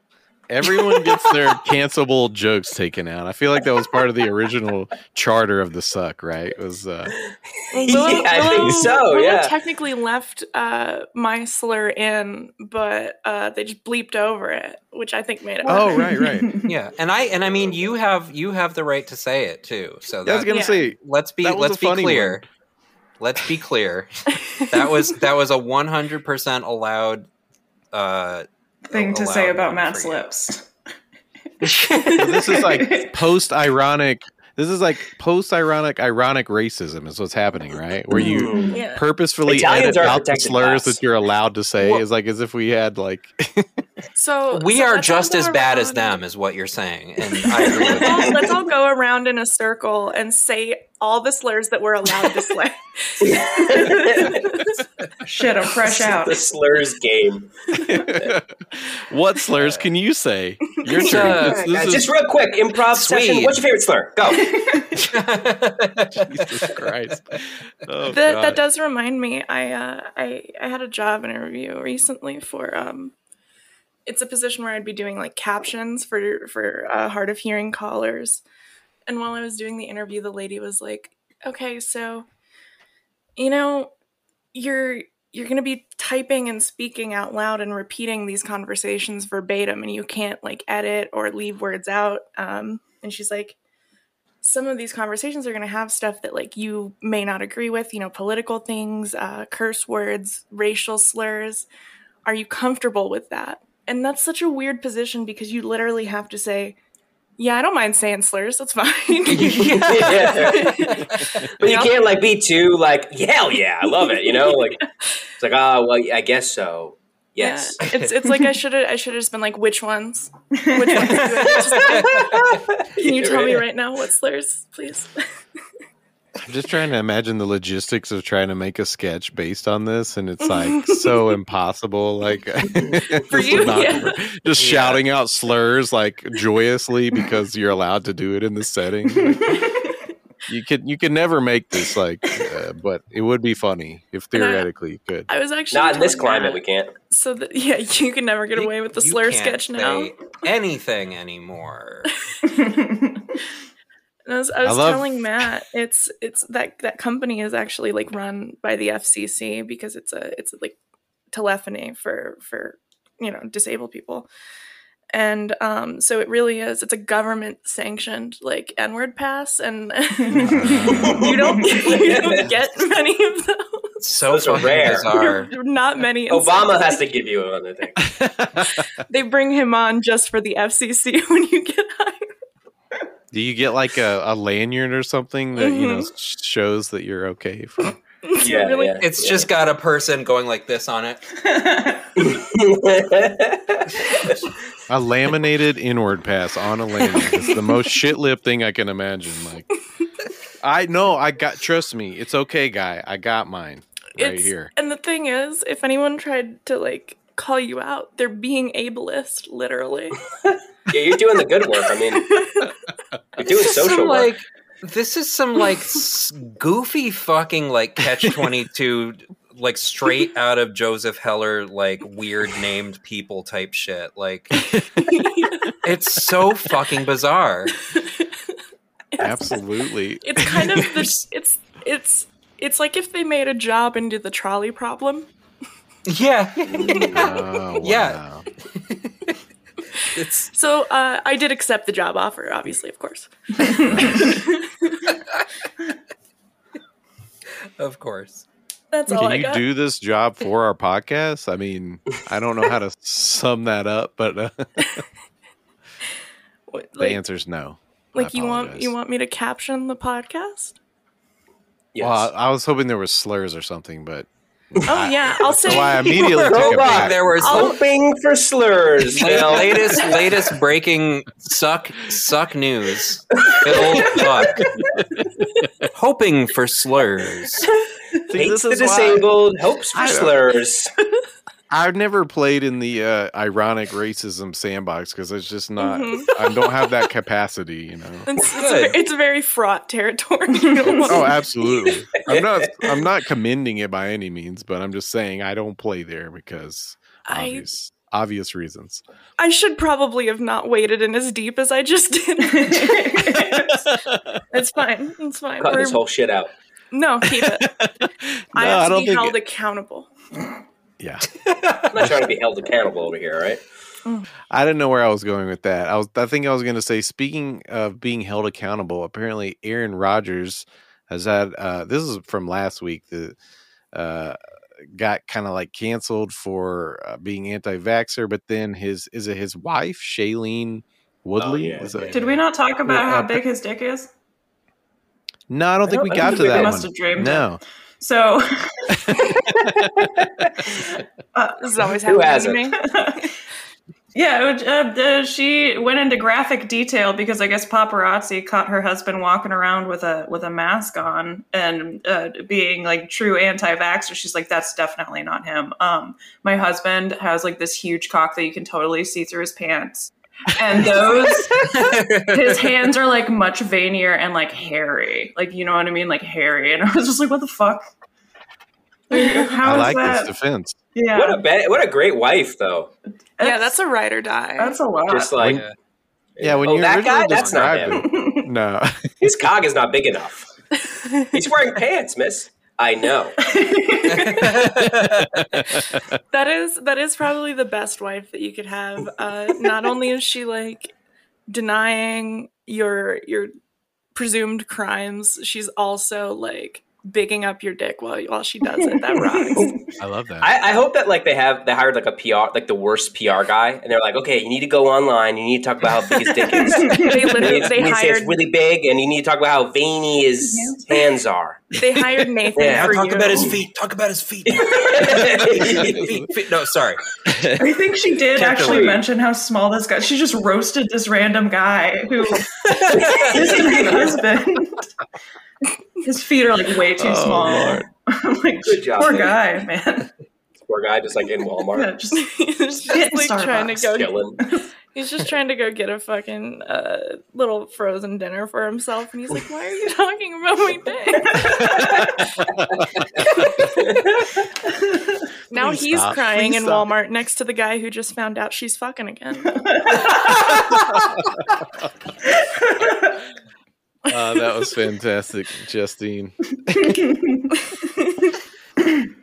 A: Everyone gets their cancelable jokes taken out. I feel like that was part of the original charter of the suck, right? It was uh,
B: Well,
D: Yeah, I think so,
B: Willow
D: yeah.
B: technically left uh, my slur in, but uh, they just bleeped over it, which I think made it.
A: oh right, right.
C: Yeah. And I and I mean you have you have the right to say it too. So
A: I
C: that,
A: was gonna
B: Yeah.
A: say
C: let's be
A: That was
C: let's
A: a
C: be
A: funny
C: clear.
A: one.
C: Let's be clear. that was that was a 100% allowed uh
A: Oh,
E: Thing to say
C: allowed
E: about
C: one
E: Matt's
C: for you.
E: lips.
A: this is like post ironic. This is like post ironic ironic racism is what's happening, right? Where you
D: Hmm.
B: Yeah.
A: purposefully
D: Italians
A: edit
D: are a
A: out the
D: protected
A: slurs
D: class.
A: that you're allowed to say
C: Well-
A: is like as if we had like
B: So
C: We
B: so
C: are
B: let's all
C: just
B: go
C: as bad as
B: around-
C: them is what you're saying. And I agree with
B: Let's
C: you.
B: all, let's all go around in a circle and say all the slurs that we're allowed to slur.
E: Shit, I'm fresh out.
D: the slurs game.
A: what slurs can you say? Your
C: Yeah,
A: turn. This-
D: Guys,
A: This,
D: Uh, just real quick, improv session.
C: Swede.
D: What's your favorite slur? Go.
A: is Jesus Christ. Oh,
B: that,
A: God.
B: that does remind me. I, uh, I I had a job interview recently for um, it's a position where I'd be doing like captions for for uh, hard of hearing callers, and while I was doing the interview, the lady was like, "Okay, so, you know, you're." You're going to be typing and speaking out loud and repeating these conversations verbatim, and you can't like edit or leave words out. Um, and she's like, some of these conversations are going to have stuff that like you may not agree with you know political things uh, curse words racial slurs are you comfortable with that and that's such a weird position because you literally have to say yeah i don't mind saying slurs that's fine
D: Yeah. But you
B: Yeah.
D: can't like be too like hell yeah, I love it. You know, like it's like ah, well, I guess so. Yes.
B: Yeah. it's it's like i should have i should have just been like which ones which ones do I just- can you tell me right now what slurs please
A: I'm just trying to imagine the logistics of trying to make a sketch based on this, and it's like so impossible. Like for
B: you, yeah.
A: just
C: Yeah.
A: shouting out slurs like joyously because you're allowed to do it in this setting. Like, you could you could never make this like, uh, but it would be funny if
B: And I-
A: theoretically you could.
B: i was actually
D: Not in this
B: telling
D: climate,
B: Matt,
D: we can't.
B: so that yeah you can never get
C: You-
B: away with the
C: you
B: slur
C: can't
B: sketch now
C: say Anything anymore.
B: And I was, I was
A: love-
B: telling Matt, it's it's that that company is actually like run by the FCC because it's a it's like telephony for for you know disabled people, and um so it really is it's a government sanctioned like N word pass, and you don't you don't get many of them.
C: So
D: Those are
C: fucking
D: rare.
C: bizarre.
B: Not many. in
D: Obama
B: South-
D: has to give you another thing.
B: They bring him on just for the FCC when you get hired.
A: Do you get like a, a lanyard or something that you know
B: Mhm.
A: sh- shows that you're okay? For,
D: Yeah,
B: really-
D: yeah,
C: It's
D: yeah.
C: just got a person going like this on it.
A: a laminated inward pass on a lanyard is the most shit lip thing I can imagine. Like, I know I got. Trust me, it's okay, guy. I got mine right
B: It's-
A: here.
B: And the thing is, if anyone tried to like call you out, they're being ableist, literally.
D: yeah, you're doing the good work. I mean, you're doing
C: This is
D: social
C: some,
D: work.
C: like this is some like s- goofy fucking like catch 22 like straight out of Joseph Heller like weird named people type shit. Like it's so fucking bizarre.
A: Absolutely.
B: It's kind of the it's it's it's like if they made a job into the trolley problem.
C: Yeah.
A: Oh,
C: Yeah.
A: wow.
C: It's
B: So uh, I did accept the job offer, obviously, of course.
C: of course.
B: That's all
A: Can
B: I
A: you
B: got.
A: do this job for our podcast? I mean, I don't know how to sum that up, but uh,
B: What,
A: the
B: like
A: answer's no. I
B: like you want
A: apologize.
B: you want me to caption the podcast?
D: Yes.
A: Well, I, I was hoping there were slurs or something, but
B: Oh yeah, I'll say
A: so I immediately
D: Go
A: took it
D: back.
A: back.
C: There were some
D: hoping for slurs. Phil.
C: latest latest breaking suck suck news. Phil Buck. Hoping for slurs.
A: See, this
D: Hates the
A: is why
D: disabled, hopes for
A: I don't-
D: slurs.
A: I've never played in the uh, ironic racism sandbox because it's just not.
B: Mhm.
A: I don't have that capacity, you know.
B: It's, it's,
C: Good.
B: a, it's a very fraught territory. You don't want-
A: Oh, absolutely. I'm not. I'm not commending it by any means, but I'm just saying I don't play there because
B: I
A: obvious obvious reasons.
B: I should probably have not waded in as deep as I just did. it's fine. It's fine.
D: Cut
B: We're-
D: this whole shit out.
B: no, keep it. I
A: No,
B: have to
A: don't
B: be
A: think
B: held
A: it-
B: accountable.
A: yeah.
D: I'm not trying to be held accountable over here, all right?
A: I didn't know where I was going with that. I was I think I was going to say speaking of being held accountable, apparently Aaron Rodgers has had uh this is from last week the uh got kind of like canceled for uh, being anti-vaxxer, but then his is it his wife Shailene Woodley?
D: yeah,
A: Is it-
D: yeah.
E: Did we not talk about how
A: Yeah.
E: big his dick is?
A: No, I don't think
D: I
A: we
D: don't- I
A: got
D: think
A: to
D: we
A: that
E: must
A: one.
E: have dreamed
A: no,
E: So
B: This is always
D: Who
B: happening to
D: hasn't?
B: me.
E: yeah, it was, uh, the, she went into graphic detail because I guess paparazzi caught her husband walking around with a with a mask on and uh, being like true anti-vaxxer. She's like, that's definitely not him. Um, my husband has like this huge cock that you can totally see through his pants, and those his hands are like much veinier and like hairy, like you know what I mean, like hairy. And I was just like, what the fuck? Like, how
A: I
E: is
A: like
E: that?
A: this defense.
E: Yeah,
D: What a ba- what a great wife though.
B: Yeah, that's a ride or die.
E: that's a lot.
D: Just like
C: Yeah.
A: Yeah, when
D: oh,
A: you
D: that
A: originally
D: guy, that's not
A: described
D: him.
A: it, no,
D: His cog is not big enough. He's wearing pants, miss. I know.
B: That is that is probably the best wife that you could have. Uh, not only is she like denying your your presumed crimes, she's also like bigging up your dick while while she does it. That rocks.
A: I love that.
D: I, I hope that like they have they hired like a PR like the worst PR guy and they're like, okay, you need to go online, you need to talk about how big his dick is.
B: They
D: You
B: literally
D: need,
B: they
D: you need to say it's
B: hired
D: really big and you need to talk about how veiny his hands are.
B: they hired Nathan
D: Yeah,
B: for
C: Now talk
B: you.
C: about his feet. Talk about his feet. feet, feet. No, sorry.
E: I think she did actually
D: Calculate.
E: mention how small this guy. She just roasted this random guy who this is my husband. His feet are like way too
A: Oh,
E: small.
A: Lord.
E: I'm like,
D: Good job,
E: poor
D: Dave.
E: guy, man.
D: Poor guy just like in Walmart.
E: Yeah, just-
B: he's
E: Get
B: just
E: in
B: like trying to
E: Starbucks.
B: go.
D: Killing.
B: He's just trying to go get a fucking uh, little frozen dinner for himself, and he's like, "Why are you talking about my dick?" now
A: Please
B: he's
A: stop.
B: crying
A: Please
B: in
A: stop.
B: Walmart next to the guy who just found out she's fucking again.
A: Uh, that was fantastic, Justine.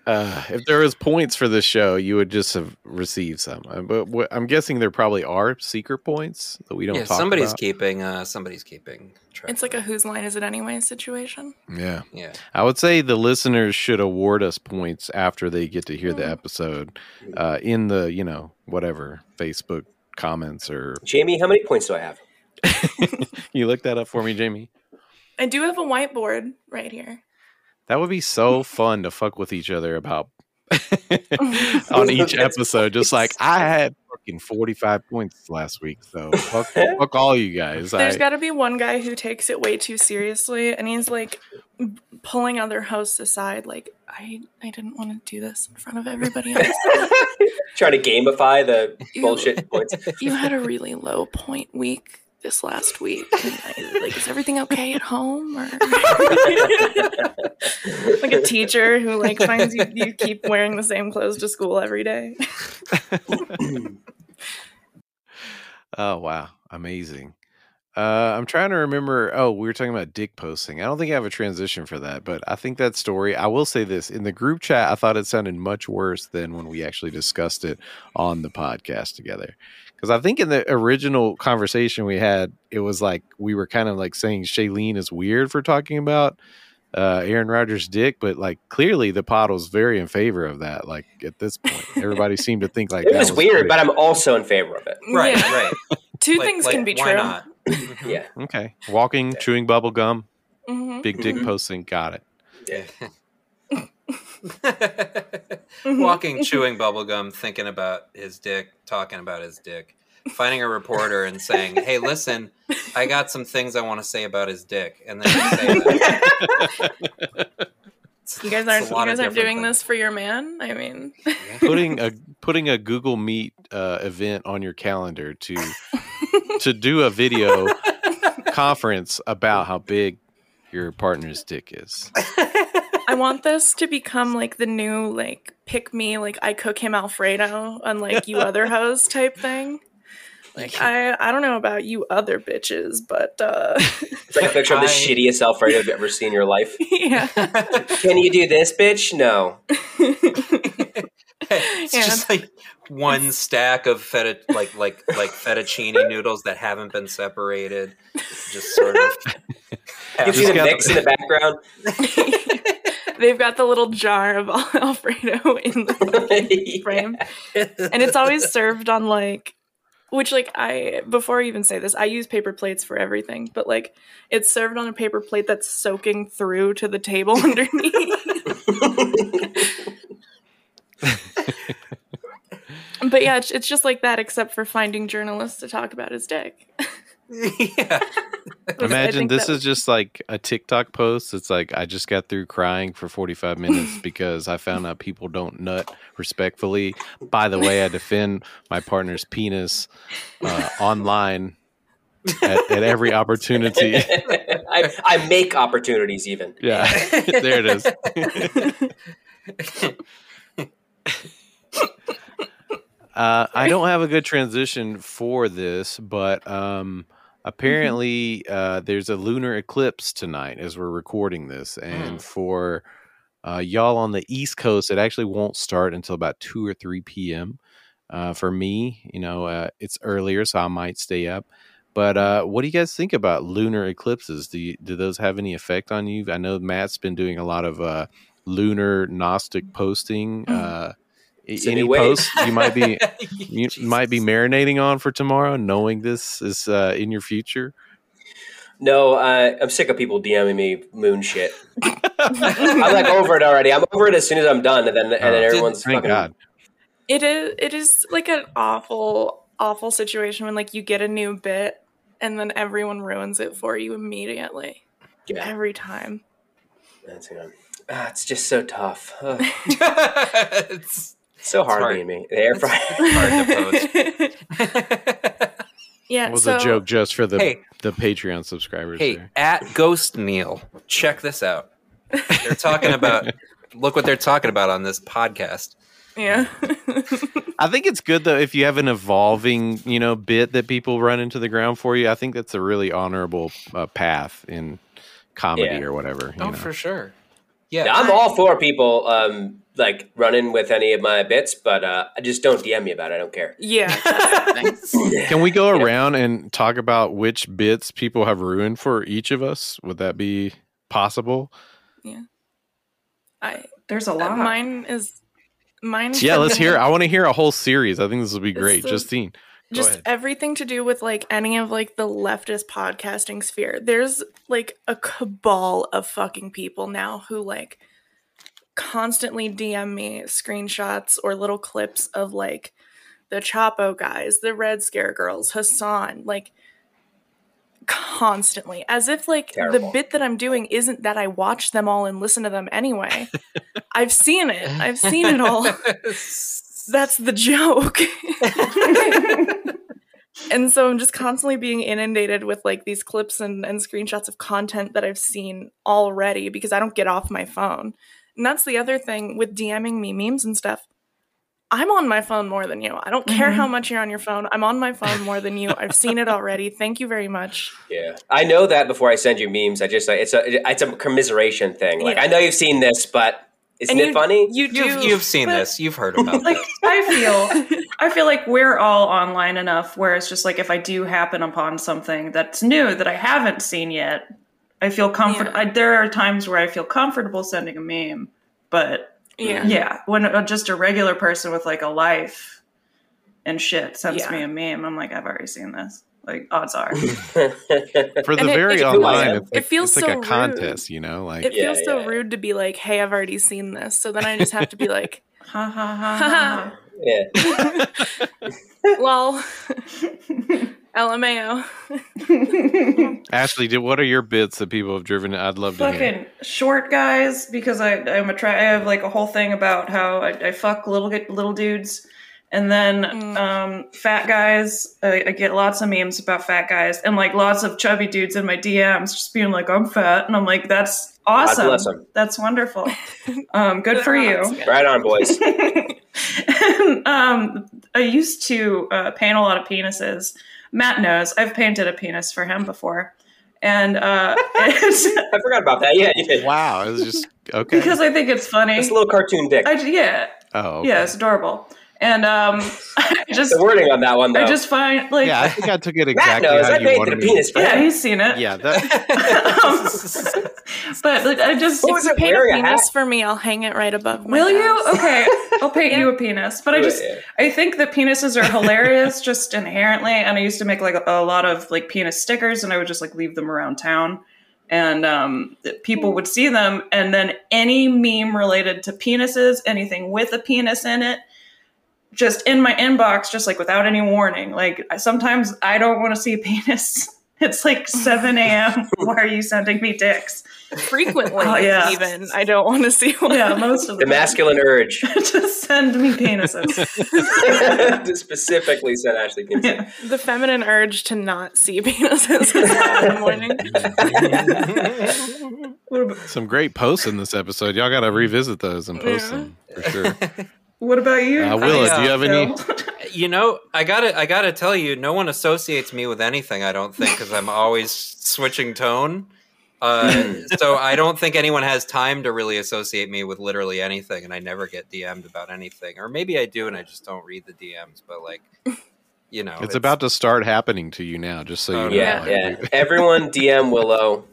A: uh, if there was points for this show, you would just have received some. Uh, But wh- I'm guessing there probably are secret points that we don't
C: Yeah,
A: talk
C: somebody's
A: about.
C: keeping. Uh, somebody's keeping. Track
B: It's like a
C: of it.
B: whose line is it anyway situation.
A: yeah,
C: yeah.
A: I would say the listeners should award us points after they get to hear the
B: Mm.
A: episode uh, in the you know whatever Facebook comments or
D: Jamie, how many points do I have?
A: you look that up for me, Jamie.
B: I do have a whiteboard right here.
A: That would be so fun to fuck with each other about on each episode. Just like I had fucking forty five points last week, so fuck, fuck all you guys.
B: There's
A: I,
B: got to be one guy who takes it way too seriously, and he's like pulling other hosts aside, like I I didn't want to do this in front of everybody else.
D: Trying to gamify the
B: Ew.
D: bullshit points.
B: you had a really low point week this last week. And I, like, is everything okay at home? Or like a teacher who like finds you you keep wearing the same clothes to school every day.
A: oh wow, amazing. Uh, I'm trying to remember. Oh, we were talking about dick posting. I don't think I have a transition for that, but I think that story. I will say this in the group chat. I thought it sounded much worse than when we actually discussed it on the podcast together. Because I think in the original conversation we had, it was like we were kind of like saying Shailene is weird for talking about uh, Aaron Rodgers' dick, but like clearly the pod was very in favor of that. Like at this point, everybody seemed to think like
D: It
A: that
D: was weird, but I'm also in favor of it.
C: Right,
B: Yeah,
C: right.
B: two
C: Like-
B: things
C: like,
B: can be
C: why
B: true.
C: Not?
D: Yeah.
A: okay. Walking, chewing bubble gum,
B: Mhm.
A: big dick
D: Mhm.
A: posting, got it.
B: Mhm.
C: Walking, chewing bubblegum, thinking about his dick, talking about his dick, finding a reporter and saying, "Hey, listen, I got some things I want to say about his dick," and then you say that. It's-
B: Mm-hmm. You guys
C: it's a
B: aren't you
C: lot of
B: guys aren't
C: different
B: doing this for your man. I mean,
C: things. Yeah.
A: Putting a putting a Google Meet uh, event on your calendar to to do a video conference about how big your partner's dick is.
B: I want this to become like the new like pick me like I cook him Alfredo unlike you other hoes type thing. Like I I don't know about you other bitches, but uh
D: It's like a picture of the
C: I-
D: shittiest Alfredo you've ever seen in your life.
B: yeah.
D: Can you do this, bitch? No.
C: it's
B: Yeah.
C: just like one stack of feta, like like like fettuccine noodles that haven't been separated, just sort of.
D: You see
A: just
D: the
A: got-
D: mix in the background?
B: They've got the little jar of Alfredo in the fucking frame. And it's always served on like which like I before I even say this, I use paper plates for everything, but like it's served on a paper plate that's soaking through to the table underneath. but yeah, it's, it's just like that except for finding journalists to talk about his dick.
C: yeah.
B: Which I
A: Imagine
B: think
A: this
B: that-
A: is just like a TikTok post. It's like I just got through crying for 45 minutes because I found out people don't nut respectfully. By the way, I defend my partner's penis uh, online at, at every opportunity.
D: I, I make opportunities even.
A: Yeah, there it is. Uh, I don't have a good transition for this, but um, apparently uh, there's a lunar eclipse tonight as we're recording this, and for uh, y'all on the East Coast, it actually won't start until about two or three p.m. Uh, for me, you know, uh, it's earlier, so I might stay up. But uh, what do you guys think about lunar eclipses? Do you, do those have any effect on you? I know Matt's been doing a lot of uh, lunar Gnostic posting. Uh,
D: It's a
A: any
D: new wave.
A: posts you might be you might be marinating on for tomorrow, knowing this is uh, in your future.
D: No, uh, I'm sick of people DMing me moon shit. I'm like over it already. I'm over it as soon as I'm done, and then and then
A: Oh.
D: everyone's
A: Thank
D: fucking.
A: God.
B: it is it is like an awful awful situation when like you get a new bit and then everyone ruins it for you immediately
D: Yeah,
B: every time
D: that's, you know, ah, it's just so tough. Ugh,
C: It's-
D: so hard,
C: hard.
D: being me. The air fryer.
C: Hard to
B: yeah
A: That was
B: so
A: a joke just for the
C: Hey.
A: the Patreon subscribers.
C: hey,
A: there.
C: at Ghost Neil, check this out. They're talking about look what they're talking about on this podcast.
B: yeah
A: I think it's good though if you have an evolving you know bit that people run into the ground for you. I think that's a really honorable uh, path in comedy
D: Yeah.
A: or whatever.
C: Oh,
A: you know.
C: sure. Yeah,
D: Yeah, I'm all for people um, like running with any of my bits, but uh, just don't DM me about it. I don't care.
B: yeah that's the thing.
A: Can we go around and talk about which bits people have ruined for each of us? Would that be possible?
B: I,
E: There's a lot.
B: mine is mine
A: Yeah, let's hear. I want to hear a whole series. I think this will be great,
B: so-
A: Justine.
B: just
A: ahead.
B: everything to do with like any of like the leftist podcasting sphere. There's like a cabal of fucking people now who like constantly DM me screenshots or little clips of like the Chapo guys, the Red Scare girls, Hassan, like constantly as if like
D: Terrible.
B: the bit that I'm doing isn't that I watch them all and listen to them anyway. I've seen it. I've seen it all. That's the joke. and so I'm just constantly being inundated with like these clips and, and screenshots of content that I've seen already because I don't get off my phone. And that's the other thing with DMing me memes and stuff. I'm on my phone more than you. I don't care
E: Mm-hmm.
B: how much you're on your phone. I'm on my phone more than you. I've seen it already. Thank you very much.
D: Yeah, I know that. Before I send you memes, I just like it's a it's a commiseration thing. Like
B: Yeah.
D: I know you've seen this, but isn't
B: and
D: it
B: you,
D: funny?
B: You do.
C: You've, you've seen
B: but-
C: this. You've heard about
E: like
C: this.
E: I feel I feel like we're all online enough where it's just like if I do happen upon something that's new that I haven't seen yet, I feel comfort
B: Yeah.
E: I, there are times where I feel comfortable sending a meme, but
B: Yeah.
E: yeah, when uh, just a regular person with like a life and shit sends
B: Yeah.
E: me a meme, I'm like I've already seen this. Like odds are.
A: For the
B: And it-
A: very
B: it feels-
A: online,
D: it
A: it's like,
B: feels
A: it's like
B: so
A: a
B: rude.
A: contest, you know? Like
B: It
D: Yeah,
B: feels so
D: yeah.
B: rude to be like, hey, I've already seen this. So then I just have to be like,
E: ha ha ha.
D: Yeah,
B: lol, LMAO.
E: ha, ha.
A: Ashley, did, what are your bits that people have driven? I'd love to hear.
E: fucking short guys because I I'm a try. I have like a whole thing about how I, I fuck little g- little dudes, and then
B: Mm.
E: um, fat guys. I, I get lots of memes about fat guys and like lots of chubby dudes in my DMs just being like I'm fat, and I'm like that's awesome.
D: bless 'em.
E: That's wonderful. um, good
B: uh,
E: for you.
D: right on, boys.
E: And, um, I used to uh, paint a lot of penises. Matt knows I've painted a penis for him before, and uh, it's,
D: I forgot about that. Yeah, you did.
A: Wow, it was just okay.
E: because I think it's funny.
D: It's a little cartoon dick.
E: I, yeah,
A: oh,
E: yeah, it's adorable. And um, I just,
D: the wording on that one, though.
E: I just find like,
A: yeah. I
E: yeah,
A: think I took it
D: Matt
A: exactly
D: knows.
A: how
D: I
A: you
D: painted a
A: wanted me.
D: penis. for him.
E: he's seen it.
A: Yeah, that
E: Um, but like, I just,
D: What was
B: If you
D: it
B: paint a
D: wearing a
B: penis
D: hat?
B: for me, I'll hang it right above my
E: will you?
B: desk.
E: Okay, I'll paint you a penis. But I
D: Yeah,
E: just,
D: yeah.
E: I think that penises are hilarious just inherently, and I used to make like a, a lot of like penis stickers, and I would just like leave them around town. And um, that people would see them, and then any meme related to penises, anything with a penis in it, just in my inbox, just like without any warning. Like I- sometimes I don't want to see a penis. It's like 7 a.m. Why are you sending me dicks?
B: Frequently,
E: Oh, yeah.
B: even. I don't want to see one.
E: Yeah, most of
D: The
E: the
D: masculine urge,
E: just send me penises.
D: specifically said Ashley Kinson.
E: Yeah.
B: The feminine urge to not see penises in the morning.
E: What about,
A: some great posts in this episode. Y'all got to revisit those and post
B: Yeah.
A: them for sure.
E: what about you?
A: Uh, Willa,
C: I, uh,
A: do you have any?
E: Phil?
C: you know, I gotta, I gotta tell you, no one associates me with anything. I don't think because I'm always switching tone. Uh, so I don't think anyone has time to really associate me with literally anything, and I never get DM'd about anything. Or maybe I do, and I just don't read the DMs. But like, you know,
A: It's, about to start happening to you now. Just so
C: Oh,
A: you know.
D: Yeah,
A: like,
D: yeah. Everyone DM Willow.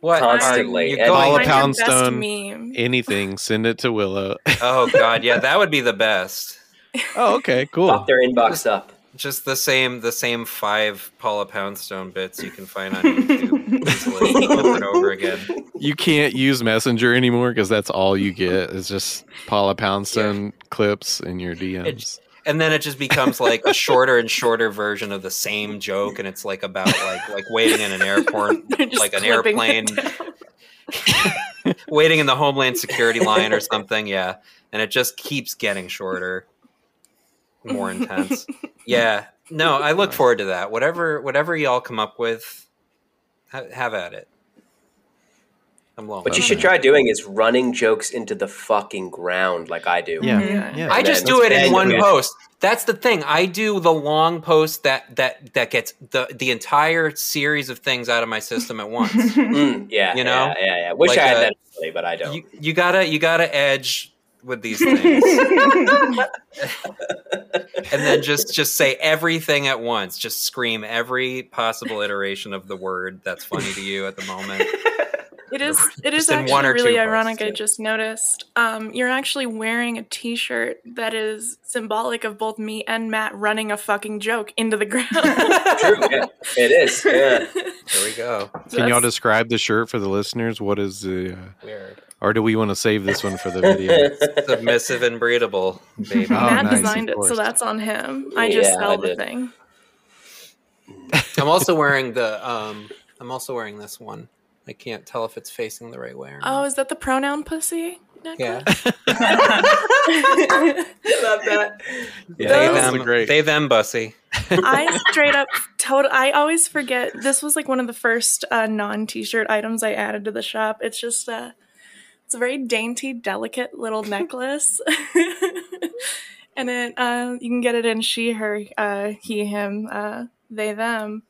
C: what are
D: constantly.
C: you
D: And-
C: going-
A: Paula
B: Find your best
A: Poundstone.
B: meme.
A: Anything, send it to Willow.
C: Oh God, yeah, that would be the best.
A: oh, okay, cool.
D: Pop their inbox up.
C: Just the same, the same five Paula Poundstone bits you can find on YouTube easily over and over again.
A: You can't use Messenger anymore because that's all you get. It's just Paula Poundstone clips in your DMs.
C: and then it just becomes like a shorter and shorter version of the same joke and it's like about like like waiting in an airport
B: They're just
C: like an
B: clipping it
C: airplane waiting in the homeland security line or something yeah and it just keeps getting shorter more intense yeah no i look forward to that whatever whatever y'all come up with ha- have at it i'm lonely
D: What you
A: Okay.
D: should try doing is running jokes into the fucking ground like I do.
A: Yeah,
B: Yeah.
A: yeah.
C: I
D: And
C: just
D: then
C: do it
D: let's
C: in
D: end
C: one
D: with-
C: post. That's the thing. I do the long post that that that gets the the entire series of things out of my system at once.
D: Mm, yeah,
C: You know?
D: yeah, yeah, yeah. Wish
C: Like
D: I had
C: a-
D: that ability, but I don't.
C: you, you gotta you gotta edge with these things, and then just just say everything at once. Just scream every possible iteration of the word that's funny to you at the moment.
B: It is. It is
C: Just in one
B: actually
C: or two
B: really
C: parts,
B: ironic. I
C: yeah.
B: just noticed. Um, you're actually wearing a T-shirt that is symbolic of both me and Matt running a fucking joke into the ground.
D: True, yeah, it is. Yeah.
C: There we go.
A: Can y'all
B: That's-
A: describe the shirt for the listeners? What is the, uh,
C: Weird.
A: or do we want to save this one for the video?
C: Submissive and breedable, baby.
A: Oh,
B: Matt
A: nice, of
B: designed it, so
A: course.
B: that's on him. I just
D: Yeah,
B: sell
D: I
B: the
D: did.
B: thing.
C: I'm also wearing the um I'm also wearing this one. I can't tell if it's facing the right way or
B: Oh,
C: not.
B: is that the pronoun pussy?
C: yeah.
B: necklace?
D: Love that.
C: They
A: Those
C: them
A: are great.
C: they them bussy.
B: I straight up total. I always forget. This was like one of the first uh, non T-shirt items I added to the shop. It's just a, it's a very dainty, delicate little necklace, and it uh, you can get it in she, her, uh, he, him, uh, they, them,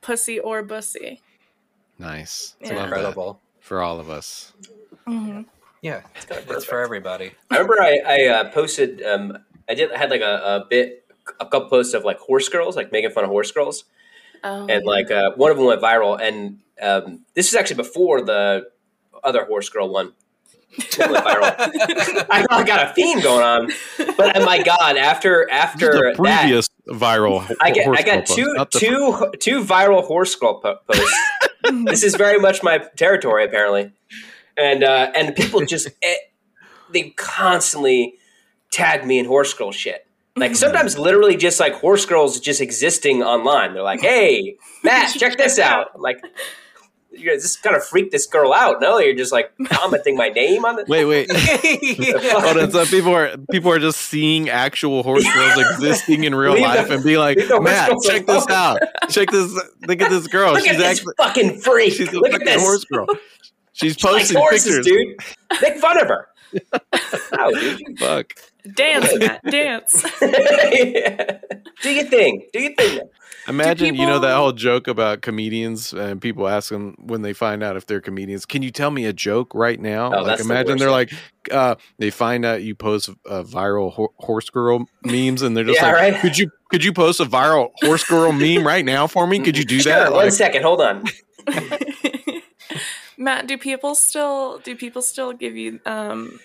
B: pussy or bussy.
A: Nice.
B: Yeah.
A: Love that.
C: Incredible.
A: for all of us.
B: Mhm.
C: Yeah. It's, for everybody.
D: I remember I, I uh, posted. Um, I did I had like a, a bit, a couple posts of like horse girls, like making fun of horse girls,
B: Oh,
D: and like uh, one of them went viral. And um, this is actually before the other horse girl one. That went viral. I I got a theme going on, but uh, my God, after after
A: the
D: that,
A: previous viral. ho-
D: I get
A: horse
D: I got
A: girl
D: two
A: post, not the-
D: two two viral horse girl po- posts. this is very much my territory apparently, and uh, and people just eh, they constantly tag me in horse girl shit. Like sometimes literally just like horse girls just existing online. They're like, "Hey, Matt, check this out." I'm like. You guys just kind of freak this girl out. No, you're just like commenting my name on the.
A: Wait, wait.
C: yeah.
A: Hold on. So Oh, people are people are just seeing actual horse girls existing in real
D: Leave the-
A: life and be like,
D: leave the horse
A: Matt,
D: girls
A: check this
D: alone."
A: out. Check this. Look at this girl.
D: Look
A: she's
D: at this
A: actually
D: fucking freak!
A: she's a
D: Look at
A: fucking
D: this.
A: horse girl. She's
D: Like
A: posting
D: horses,
A: pictures.
D: dude. Make fun of her. no, dude. you-
A: Fuck.
B: dance, Matt, dance.
D: Do your thing. Do your thing.
A: Imagine you know that
B: people-
A: whole joke about comedians and people ask them when they find out if they're comedians, can you tell me a joke right now? like
D: Oh, that's the
A: imagine
D: worst.
A: they're like uh they find out you post uh, viral ho- horse girl memes and they're just
D: Yeah,
A: like
D: right.
A: could you could you post a viral horse girl meme right now for me? Could you do
D: Sure,
A: that?
D: one
A: Like,
D: second. Hold on.
B: Matt, do people still do people still give you um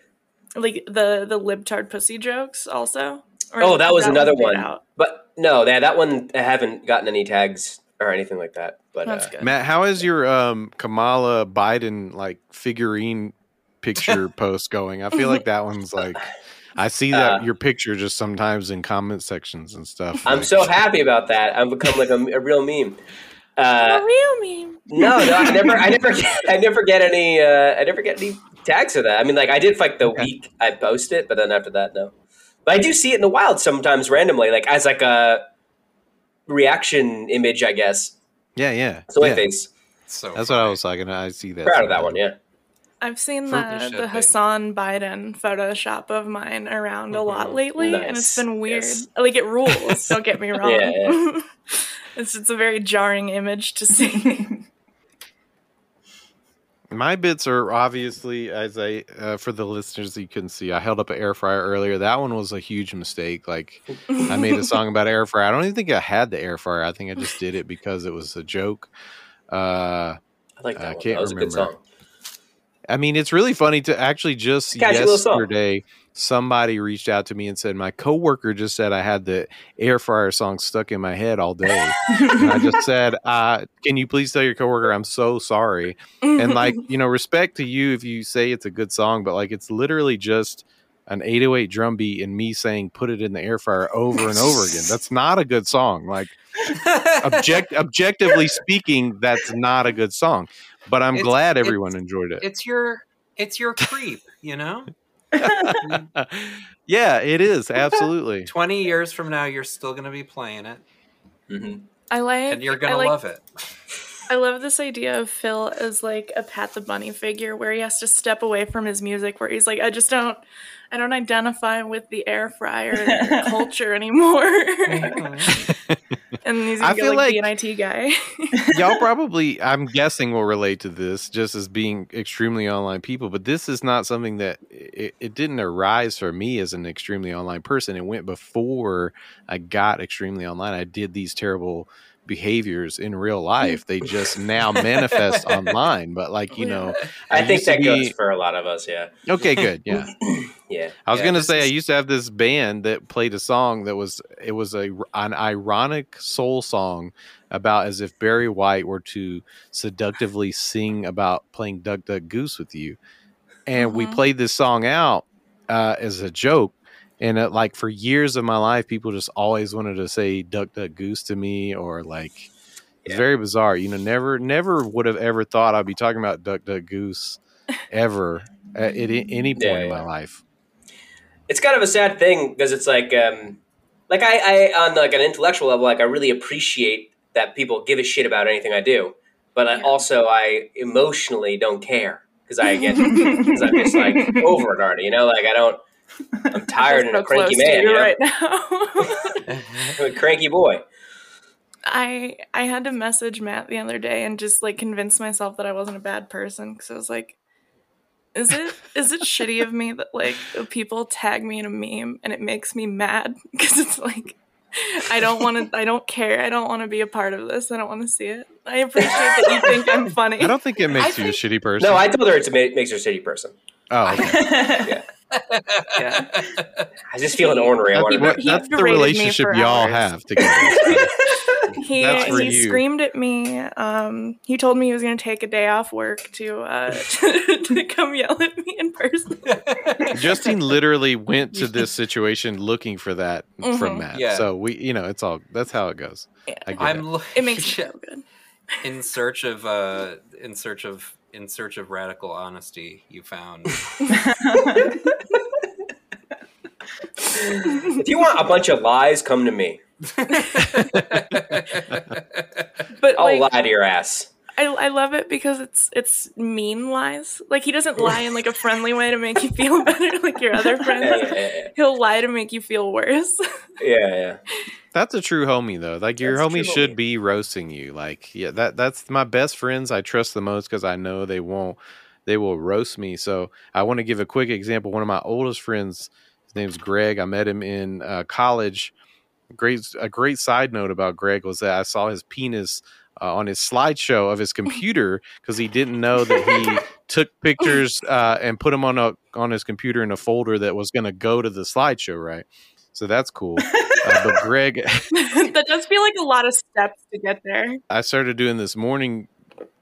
B: like the the libtard pussy jokes also? Or
D: Oh, that was another
B: one's
D: one.
B: made out?
D: But no, that that one I haven't gotten any tags or anything like that. But
B: That's
D: uh,
B: good.
A: Matt, how is your um Kamala Biden like figurine picture post going? I feel like that one's like I see that
D: Uh,
A: your picture just sometimes in comment sections and stuff.
D: I'm
A: like-
D: so happy about that. I've become like a, a real meme. Uh,
B: a real meme.
D: no, no, I never, I never, get, I never get any, uh, I never get any tags of that. I mean, like I did for, like the
A: Okay.
D: week I post it, but then after that, no. But I do see it in the wild sometimes, randomly, like as like a reaction image, I guess.
A: Yeah, yeah.
D: Soy
A: yeah.
D: face,
C: So
A: That's what I was talking. I see that.
D: proud of that one. Yeah,
B: I've seen
C: Fruit and
B: the,
C: shit,
B: the
C: babe.
B: Hassan Biden Photoshop of mine around a lot
C: Mhm.
B: lately, and
D: Nice.
B: it's been weird.
D: Yes.
B: Like it rules. don't get me wrong.
D: Yeah,
B: it's it's a very jarring image to see.
A: My bits are obviously as I uh, for the listeners you couldn't see. I held up an air fryer earlier. That one was a huge mistake. Like I made a song about air fryer. I don't even think I had the air fryer. I think I just did it because it was a joke. Uh,
D: I like that.
A: I
D: one.
A: can't
D: that was a good
A: remember.
D: song.
A: I mean, it's really funny to actually just
D: a catchy little song.
A: yesterday somebody reached out to me and said my coworker just said I had the air fryer song stuck in my head all day. and I just said, uh, "Can you please tell your coworker I'm so sorry?" And like, you know, respect to you if you say it's a good song, but like, it's literally just an 808 drum beat and me saying "put it in the air fryer" over and over again. That's not a good song. Like, object objectively speaking, that's not a good song. But I'm
C: It's-
A: glad
C: it's-
A: everyone enjoyed it.
C: it's your it's your creep, you know?
A: yeah, it is absolutely.
C: 20 years from now you're still going to be playing it
D: hmm
B: I like.
C: and you're
B: I
C: going
B: like
C: to love it.
B: I love this idea of Phil as like a Pat the Bunny figure where he has to step away from his music where he's like, I just don't I don't identify with the air fryer culture anymore. and he's
A: I
B: gonna
A: feel
B: go, like,
A: like-
B: be an IT guy.
A: Y'all probably, I'm guessing, will relate to this just as being extremely online people. But this is not something that it, it didn't arise for me as an extremely online person. It went before I got extremely online. I did these terrible behaviors in real life. They just now manifest online. But like you know,
D: I, think
A: used to
D: that
A: be-
D: goes for a lot of us. Yeah,
A: okay, good, yeah.
D: yeah.
A: I was
C: Yeah,
A: gonna
C: this
A: say I
C: is-
A: used to have this band that played a song that was it was a an ironic soul song about as if Barry White were to seductively sing about playing Duck Duck Goose with you, and we
C: Mm-hmm.
B: Mhm.
A: played this song out uh, as a joke. And uh like for years of my life, people just always wanted to say "duck, duck, goose" to me, or like it's
D: Yeah.
A: very bizarre. You know, never, never would have ever thought I'd be talking about "duck, duck, goose" ever at, at any point
D: Yeah,
A: in my
D: yeah.
A: life.
D: it's kind of a sad thing because it's like um like I, I on like an intellectual level like i really appreciate that people give a shit about anything i do but I
B: Yeah.
D: also i emotionally don't care because i get because i'm just like over it already you know like i don't i'm tired and a cranky man you know?
B: right now.
D: i'm a cranky boy
B: I I had to message Matt the other day and just like convince myself that I wasn't a bad person because I was like, is it is it shitty of me that like people tag me in a meme and it makes me mad because it's like I don't want to I don't care I don't want to be a part of this I don't want to see it I appreciate that you think I'm funny
A: I don't think it makes you
B: think-
A: a shitty person.
D: no i told her it's a ma- makes her a city person
A: oh, okay.
B: yeah.
D: i just feeling ornery i
A: that's,
D: wanted
A: what-
D: to
B: he
A: that's the
B: berated me
A: relationship
B: for
A: y'all
B: hours.
A: have together.
B: he
A: That's for
B: he
A: you.
B: screamed at me um he told me he was going to take a day off work to uh to come yell at me in person
A: Justine literally went to this situation looking for that
B: Mhm.
A: from Matt.
C: Yeah.
A: So we, you know, it's all that's how it goes.
B: Yeah.
A: I get
C: I'm
A: it.
C: lo-
B: it makes me feel good
C: in search of uh in search of in search of radical honesty you found
D: if you want a bunch of lies come to me
B: but
D: i'll
B: like,
D: lie to your ass
B: I, I love it because it's it's mean lies. Like he doesn't lie in like a friendly way to make you feel better, like your other
D: yeah
B: friends.
D: yeah yeah,
B: He'll lie to make you feel worse.
D: yeah, yeah.
A: That's a true homie though. Like your
D: That's a
A: homie
D: true
A: should
D: homie.
A: be roasting you. Like yeah, that that's my best friends. I trust the most because I know they won't. They will roast me. So I want to give a quick example. One of my oldest friends, his name's Greg. I met him in uh, college. Great. A great side note about Greg was that I saw his penis uh, on his slideshow of his computer because he didn't know that he took pictures uh, and put them on a on his computer in a folder that was going to go to the slideshow. Right. So that's cool. Uh, but Greg,
B: that does feel like a lot of steps to get there.
A: I started doing this morning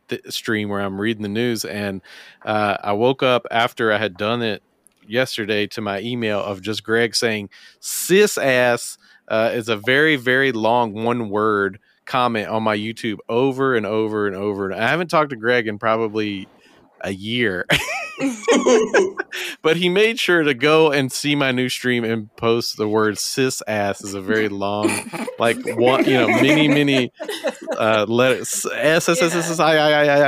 A: th- stream where I'm reading the news, and uh, I woke up after I had done it yesterday to my email of just Greg saying "cis ass" uh, is a very very long one word comment on my YouTube over and over and over. And I haven't talked to Greg in probably a year, but he made sure to go and see my new stream and post the word "cis ass" is a very long, like one you know many many uh letters S S S S S I I I I I I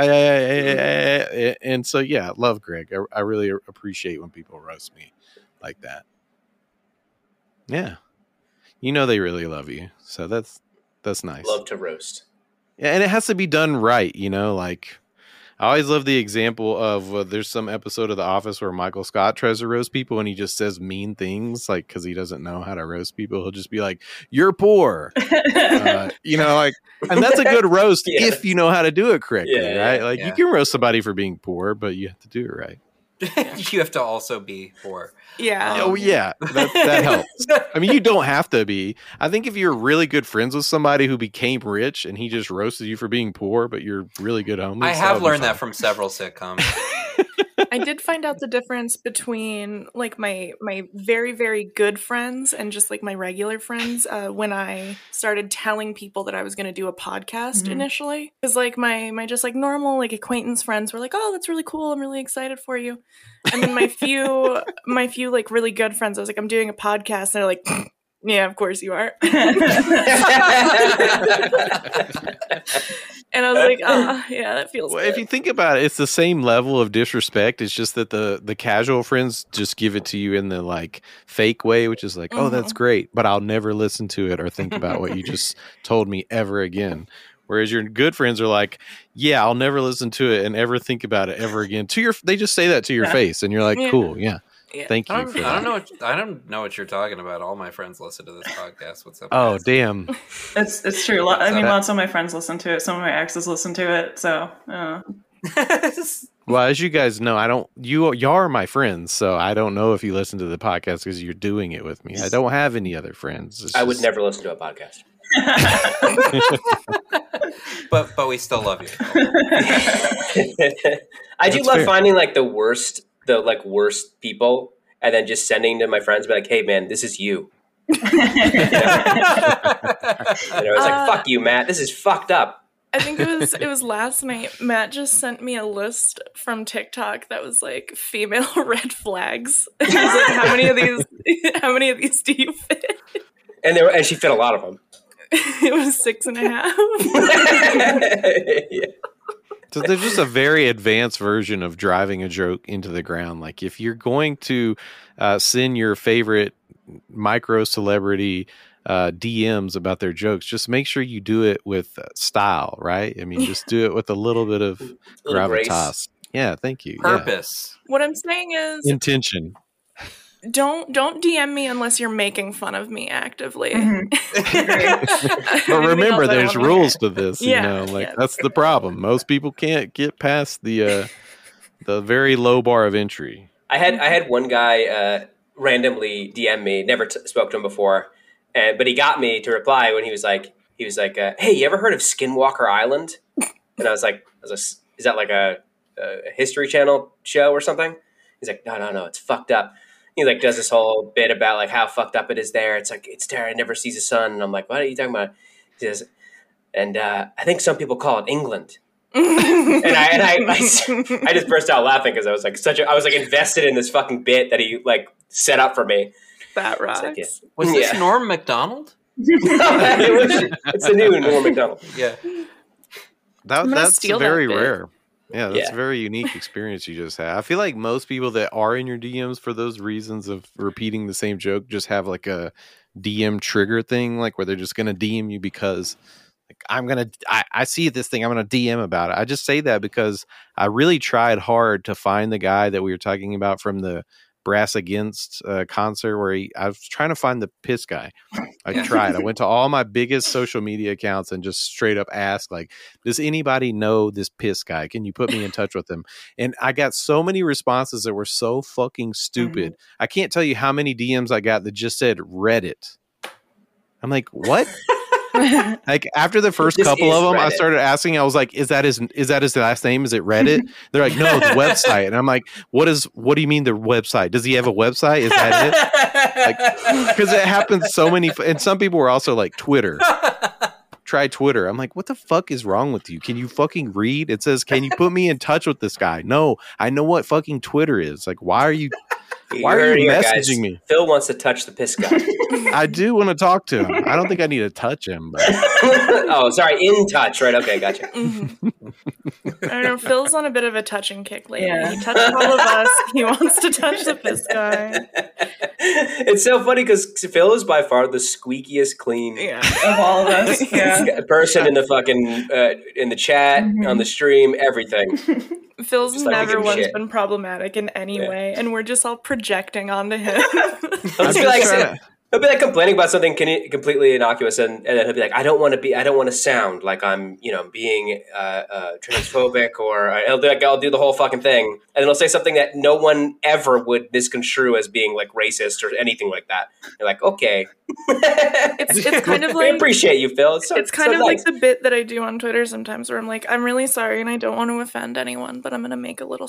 A: I I and so yeah, love Greg. I, I really appreciate when people roast me like that. Yeah. You know they really love you. So that's that's nice.
D: love to roast
A: Yeah, and it has to be done right, you know, like I always love the example of uh, there's some episode of The Office where Michael Scott tries to roast people and he just says mean things, like because he doesn't know how to roast people. He'll just be like, "You're poor," uh, you know, like, and that's a good roast
D: Yeah.
A: if you know how to do it correctly,
D: Yeah, yeah,
A: right? Like,
C: yeah.
A: you can roast somebody for being poor, but you have to do it right.
C: you have to also be poor
B: Yeah.
A: oh,
C: Um,
A: yeah, that, that helps. I mean, you don't have to be. I think if you're really good friends with somebody who became rich and he just roasted you for being poor, but you're really good homies,
C: i have
A: that'll be
C: learned that
A: fine.
C: from several sitcoms
B: I did find out the difference between like my my very very good friends and just like my regular friends uh, when I started telling people that I was going to do a podcast
A: Mm-hmm.
E: Mhm.
B: initially. Because like my my just like normal like acquaintance friends were like, "Oh, that's really cool. I'm really excited for you." And then my few my few like really good friends, I was like, "I'm doing a podcast," and they're like. Yeah, of course you are. And I was like, ah, yeah, that feels.
A: Well,
B: good.
A: if you think about it, it's the same level of disrespect. It's just that the the casual friends just give it to you in the like fake way, which is like, oh, that's
B: Mm-hmm.
A: great, but I'll never listen to it or think about what you just told me ever again. Whereas your good friends are like, yeah, I'll never listen to it and ever think about it ever again. To your, they just say that to your
E: Yeah.
A: face, and you're like,
B: Yeah.
A: cool, yeah,
B: Yeah.
A: Thank you.
C: I don't,
A: for
C: I
A: that.
C: don't know. What, I don't know what you're talking about. All my friends listen to this podcast. What's up?
A: Oh,
C: guys?
A: damn.
E: It's it's true. Lo- I mean,
A: That-
E: lots of my friends listen to it. Some of my exes listen to it. So uh,
A: Well, as you guys know, I don't. You you are my friends, so I don't know if you listen to the podcast because you're doing it with me. I don't have any other friends. It's
D: I would
A: just-
D: never listen to a podcast.
C: but but we still love you.
D: I do
A: That's
D: love
A: fair.
D: finding like the worst, the like worst people, and then just sending to my friends, be like, "Hey, man, this is you." And I was
B: Uh,
D: like, "Fuck you, Matt. This is fucked up."
B: I think it was it was last night. Matt just sent me a list from TikTok that was like female red flags. It was like, how many of these? How many of these do you fit?
D: And there, and she fit a lot of them.
B: It was six and a half.
D: yeah.
A: So there's just a very advanced version of driving a joke into the ground. Like if you're going to uh, send your favorite micro celebrity uh, DMs about their jokes, just make sure you do it with uh, style, right? I mean, just do it with a little bit of
D: Little
A: gravitas.
D: grace.
A: Yeah, thank you. Yeah.
C: Purpose.
B: what I'm saying is,
A: Intention.
B: don't don't DM me unless you're making fun of me actively.
E: mhm. Agreed.
A: But
B: Everything
A: remember,
B: else I
A: there's
B: don't wanna
A: rules to this.
B: Yeah,
A: you know, like
B: yeah.
A: that's the problem. Most people can't get past the uh, the very low bar of entry.
D: I had I had one guy uh, randomly DM me, never t- spoke to him before, and but he got me to reply when he was like he was like, uh, "Hey, you ever heard of Skinwalker Island?" And I was like, I was like "S- "Is that like a, a History Channel show or something?" He's like, "No, no, no, it's fucked up." He like does this whole bit about like how fucked up it is there. It's like it's terrible. It never sees the sun. And I'm like, "What are you talking about?" He says, "And uh, I think some people call it England." and I and I, I, s- I just burst out laughing because I was like such a I was like invested in this fucking bit that he like set up for me.
B: That rocks.
D: like, yeah.
C: Was this
D: Yeah.
C: Norm Macdonald?
D: it was, it's a new Norm Macdonald.
C: Yeah.
A: That,
B: I'm gonna
A: that's
B: steal that
A: very
B: bit.
A: rare. Yeah, that's
D: Yeah.
A: a very unique experience you just had. I feel like most people that are in your DMs for those reasons of repeating the same joke just have like a DM trigger thing, like where they're just gonna DM you because like I'm gonna I, I see this thing, I'm gonna DM about it. I just say that because I really tried hard to find the guy that we were talking about from the Brass Against uh, concert where he I was trying to find the piss guy. I
C: Yeah.
A: tried. I went to all my biggest social media accounts and just straight up asked like does anybody know this piss guy? Can you put me in touch with him? And I got so many responses that were so fucking stupid. I can't tell you how many DMs I got that just said Reddit. I'm like, what? like after the first
D: This
A: couple
D: is
A: of them, I
D: Reddit.
A: started asking. I was like, "Is that his? Is that his last name? Is it Reddit?" They're like, "No, it's website." And I'm like, "What is? What do you mean the website? Does he have a website? Is that it?" Because it happens so many. f- And some people were also like Twitter. Try Twitter. I'm like, what the fuck is wrong with you? Can you fucking read? It says, can you put me in touch with this guy? No, I know what fucking Twitter is. Like, why are you? Why are
D: heard
A: you
D: it here,
A: messaging me?
D: Phil wants to touch the piss guy.
A: I do want to talk to him. I don't think I need to touch him. But
D: oh, sorry, in touch. Right? Okay, gotcha.
B: Mhm. I don't know. Phil's on a bit of a touch and kick lately.
E: Yeah.
B: He touched all of us. He wants to touch the piss guy.
D: it's so funny because Phil is by far the squeakiest clean
B: Yeah.
E: Of all of us, yeah.
D: person in the fucking uh, in the chat
E: Mhm.
D: on the stream, everything.
B: Phil's
D: Just like we
B: never
D: give a
B: once
D: shit.
B: been problematic in any
D: Yeah.
B: way, and we're just all projecting onto him.
D: He'll
A: I'm just
D: just be like,
A: trying to-
D: he'll be like complaining about something con- completely innocuous, and, and then he'll be like, "I don't want to be, I don't want to sound like I'm, you know, being uh, uh, transphobic," or I- he'll do like, "I'll do the whole fucking thing," and then he'll say something that no one ever would misconstrue as being like racist or anything like that. You're like, "Okay,
B: it's it's kind of
D: we
B: like
D: appreciate you, Phil." It's, so,
B: it's kind
D: so
B: of
D: nice.
B: like the bit that I do on Twitter sometimes, where I'm like, I'm really sorry, and I don't want to offend anyone, but I'm gonna make a little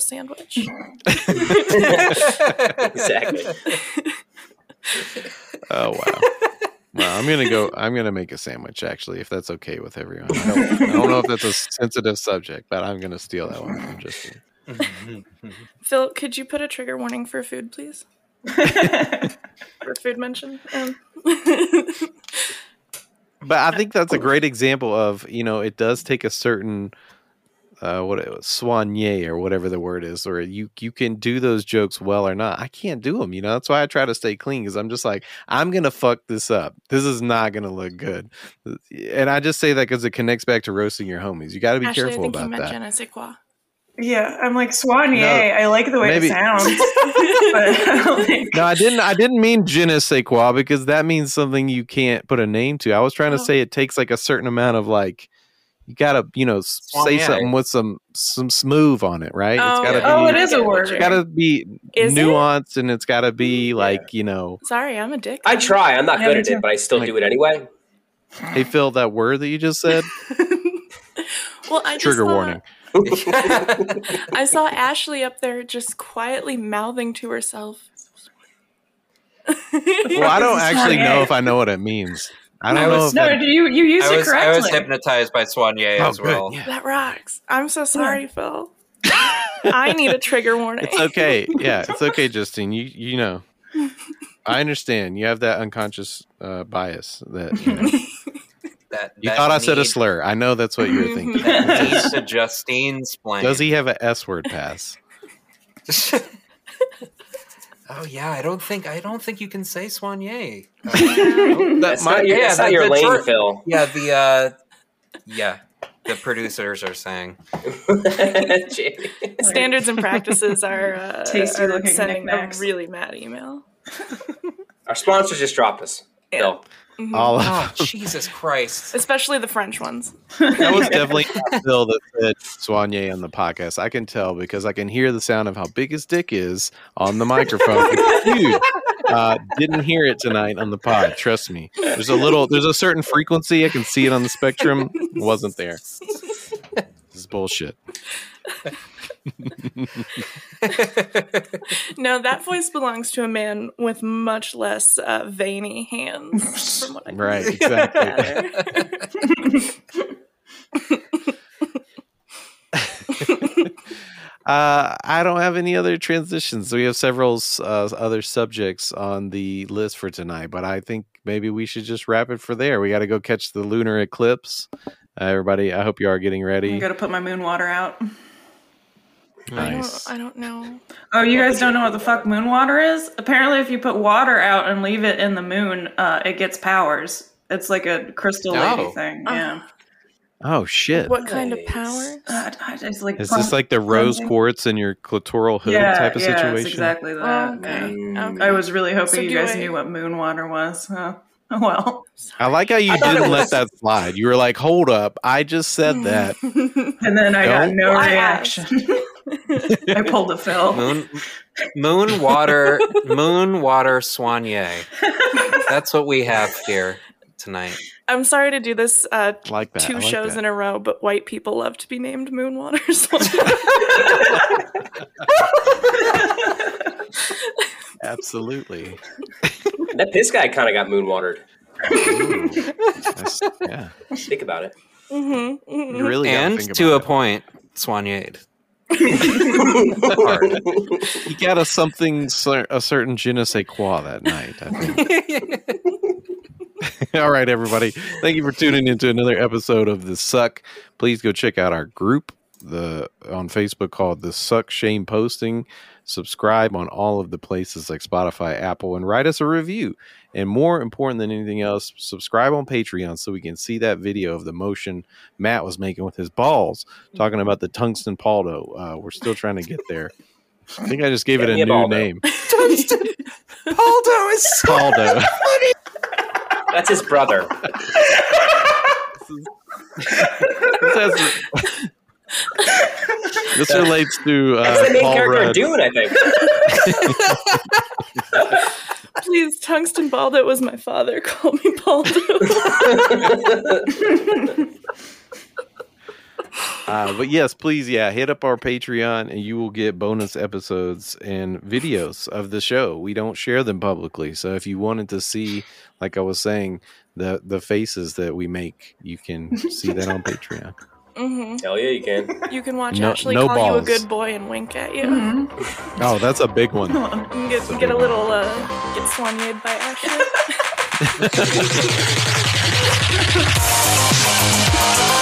B: sandwich.
D: exactly.
A: oh wow. Well, I'm gonna go. I'm gonna make a sandwich actually, if that's okay with everyone. I don't, I don't know if that's a sensitive subject, but I'm gonna steal that one from Justin.
B: Phil, could you put a trigger warning for food, please? for food mention. Um,
A: but I think that's a great example of you know it does take a certain uh what it was soigner or whatever the word is or you you can do those jokes well or not i can't do them you know that's why i try to stay clean because i'm just like i'm gonna fuck this up this is not gonna look good Uh, and i just say that because it connects back to roasting your homies you got to be
B: Ashley, I
A: careful
B: think you
A: about
B: meant
A: that
B: je ne sais quoi.
E: Yeah, I'm like Swan. Yay! I like the way
A: maybe-
E: it sounds. but I don't think
A: No, I didn't. I didn't mean je ne sais quoi because that means something you can't put a name to. I was trying to
B: Oh.
A: say it takes like a certain amount of like you gotta you know s- say
C: Soigner.
A: something with some some smooth on it, right? it's gotta
B: oh,
A: be
B: it is a word.
A: it's gotta be
B: Is it? Mm,
A: nuanced and it's gotta be like you know.
B: Sorry, I'm a dick.
D: I try. I'm not
E: Yeah,
D: good
E: me
D: at
E: too.
D: it, but I still
A: Like-
D: do it anyway.
A: Hey
B: Mm.
A: Phil, that word that you just said.
B: well, I just
A: Trigger
B: saw-
A: warning.
B: I saw Ashley up there just quietly mouthing to herself.
A: Well, I don't
E: This is
A: actually
E: Soigner.
A: know if I know what it means. I don't
C: I
A: know
C: was-
A: if
E: no.
A: that,
E: Do you you use
C: I
E: it
C: was
E: correctly?
C: I was hypnotized by Soigner
A: oh,
C: as
A: good,
C: well.
A: yeah.
B: that rocks. I'm so sorry, Phil. I need a trigger warning.
A: It's okay. Yeah, it's okay, Justine. You you know, I understand. You have that unconscious uh, bias that you, know,
C: That,
A: you
C: that
A: thought I said a
C: need-
A: slur. I know that's what you were thinking.
C: That needs to Justine's plan.
A: Does he have an S word pass?
C: oh yeah, I don't think I don't think you can say Soigner.
D: That's
A: my-
D: not your,
C: yeah,
D: that's
C: the-
D: not your
C: the
D: lane,
C: tur-
D: Phil.
C: yeah, the uh, yeah, the producers are saying.
D: Gee.
B: Standards and practices are uh,
E: Tasty
B: are
E: looking
B: sending a
E: knickknacks.
B: really mad email.
D: Our sponsors just dropped us.
B: Yeah.
D: Phil.
B: Mhm.
A: All
C: Oh Jesus Christ!
B: Especially the French ones.
A: that was definitely not Phil that said Soigner on the podcast. I can tell because I can hear the sound of how big his dick is on the microphone. It's huge. Uh, didn't hear it tonight on the pod. Trust me. There's a little. There's a certain frequency. I can see it on the spectrum. It wasn't there. This is bullshit.
B: No, that voice belongs to a man with much less uh, veiny hands. From what I can
A: Right. Exactly.
B: gather.
A: Uh, I don't have any other transitions. We have several uh, other subjects on the list for tonight, but I think maybe we should just wrap it for there. We got to go catch the lunar eclipse. Uh, everybody, I hope you are
B: Oh
A: getting
E: I'm
A: ready.
E: gonna put my moon water out.
A: Nice.
B: I, don't, I don't know.
E: Oh, you guys don't know what the fuck moon water is? Apparently, if you put water out and leave it in the moon, uh, it gets powers. It's like a crystal
C: Oh.
E: lady thing. Yeah,
A: Oh shit!
B: What kind of
D: Nice.
B: power?
E: uh, I just like
A: Is
E: pump-
A: this like the rose
E: something?
A: quartz in your clitoral hood
E: yeah,
A: type of
E: yeah, it's
A: situation?
E: exactly that.
B: Oh, okay.
D: yeah.
C: Oh.
B: okay.
E: yeah. I was really hoping
B: So
E: you
B: do
E: guys
B: I-
E: knew what moon water was. Huh? Oh, well,
A: I like how you
D: thought
A: didn't
D: it
A: let that slide. You were like, "Hold up! I just said
B: Mm,
A: that."
E: and then I got
A: Don't
E: no
B: worry.
E: reaction. I pulled a Phil.
C: Moon, moon water, moon water Soigner. That's what we have here tonight.
B: I'm sorry to do this uh,
A: I like that. I
B: two
A: like
B: shows
A: that.
B: in a row, but white people love to be named Moonwaters.
A: Absolutely.
D: That piss guy kind of got moonwatered.
A: Ooh. That's- yeah,
D: Think about it.
B: Mhm, mhm.
A: you really. gotta
C: and
A: think
C: to
A: about
C: a
A: it.
C: point, Soigner.
A: You got a something, cer- a certain je ne sais quoi that night. I think. All right, everybody. Thank you for tuning into another episode of The Suck. Please go check out our group the on Facebook called The Suck Shame Posting. Subscribe on all of the places like Spotify, Apple, and write us a review. And more important than anything else, subscribe on Patreon so we can see that video of the motion Matt was making with his balls, talking about the tungsten paldo. Uh, we're still trying to get there. I think I just gave it
D: Get me
A: a
D: a
A: new
D: Baldo.
A: name,
C: Paldo is so
A: Paldo.
D: That's his brother.
A: This has- this relates to uh,
D: That's the main
A: Paul
D: character
A: Rudd.
D: of Dune, I think.
B: Please, Tungsten Baldo was my father. Call me Baldo.
A: Uh, but yes, please, yeah, hit up our Patreon and you will get bonus episodes and videos of the show. We don't share them publicly, so if you wanted to see, like I was saying, the the faces that we make, you can see that on Patreon.
B: hmm
D: Hell yeah, you can.
B: You can watch
A: No-
B: Ashley
A: no
B: call you a
A: balls.
B: good boy and wink at you.
A: Oh, that's a big one.
E: Mm-hmm.
B: And get, get a little, uh, get soigneed by Ashley.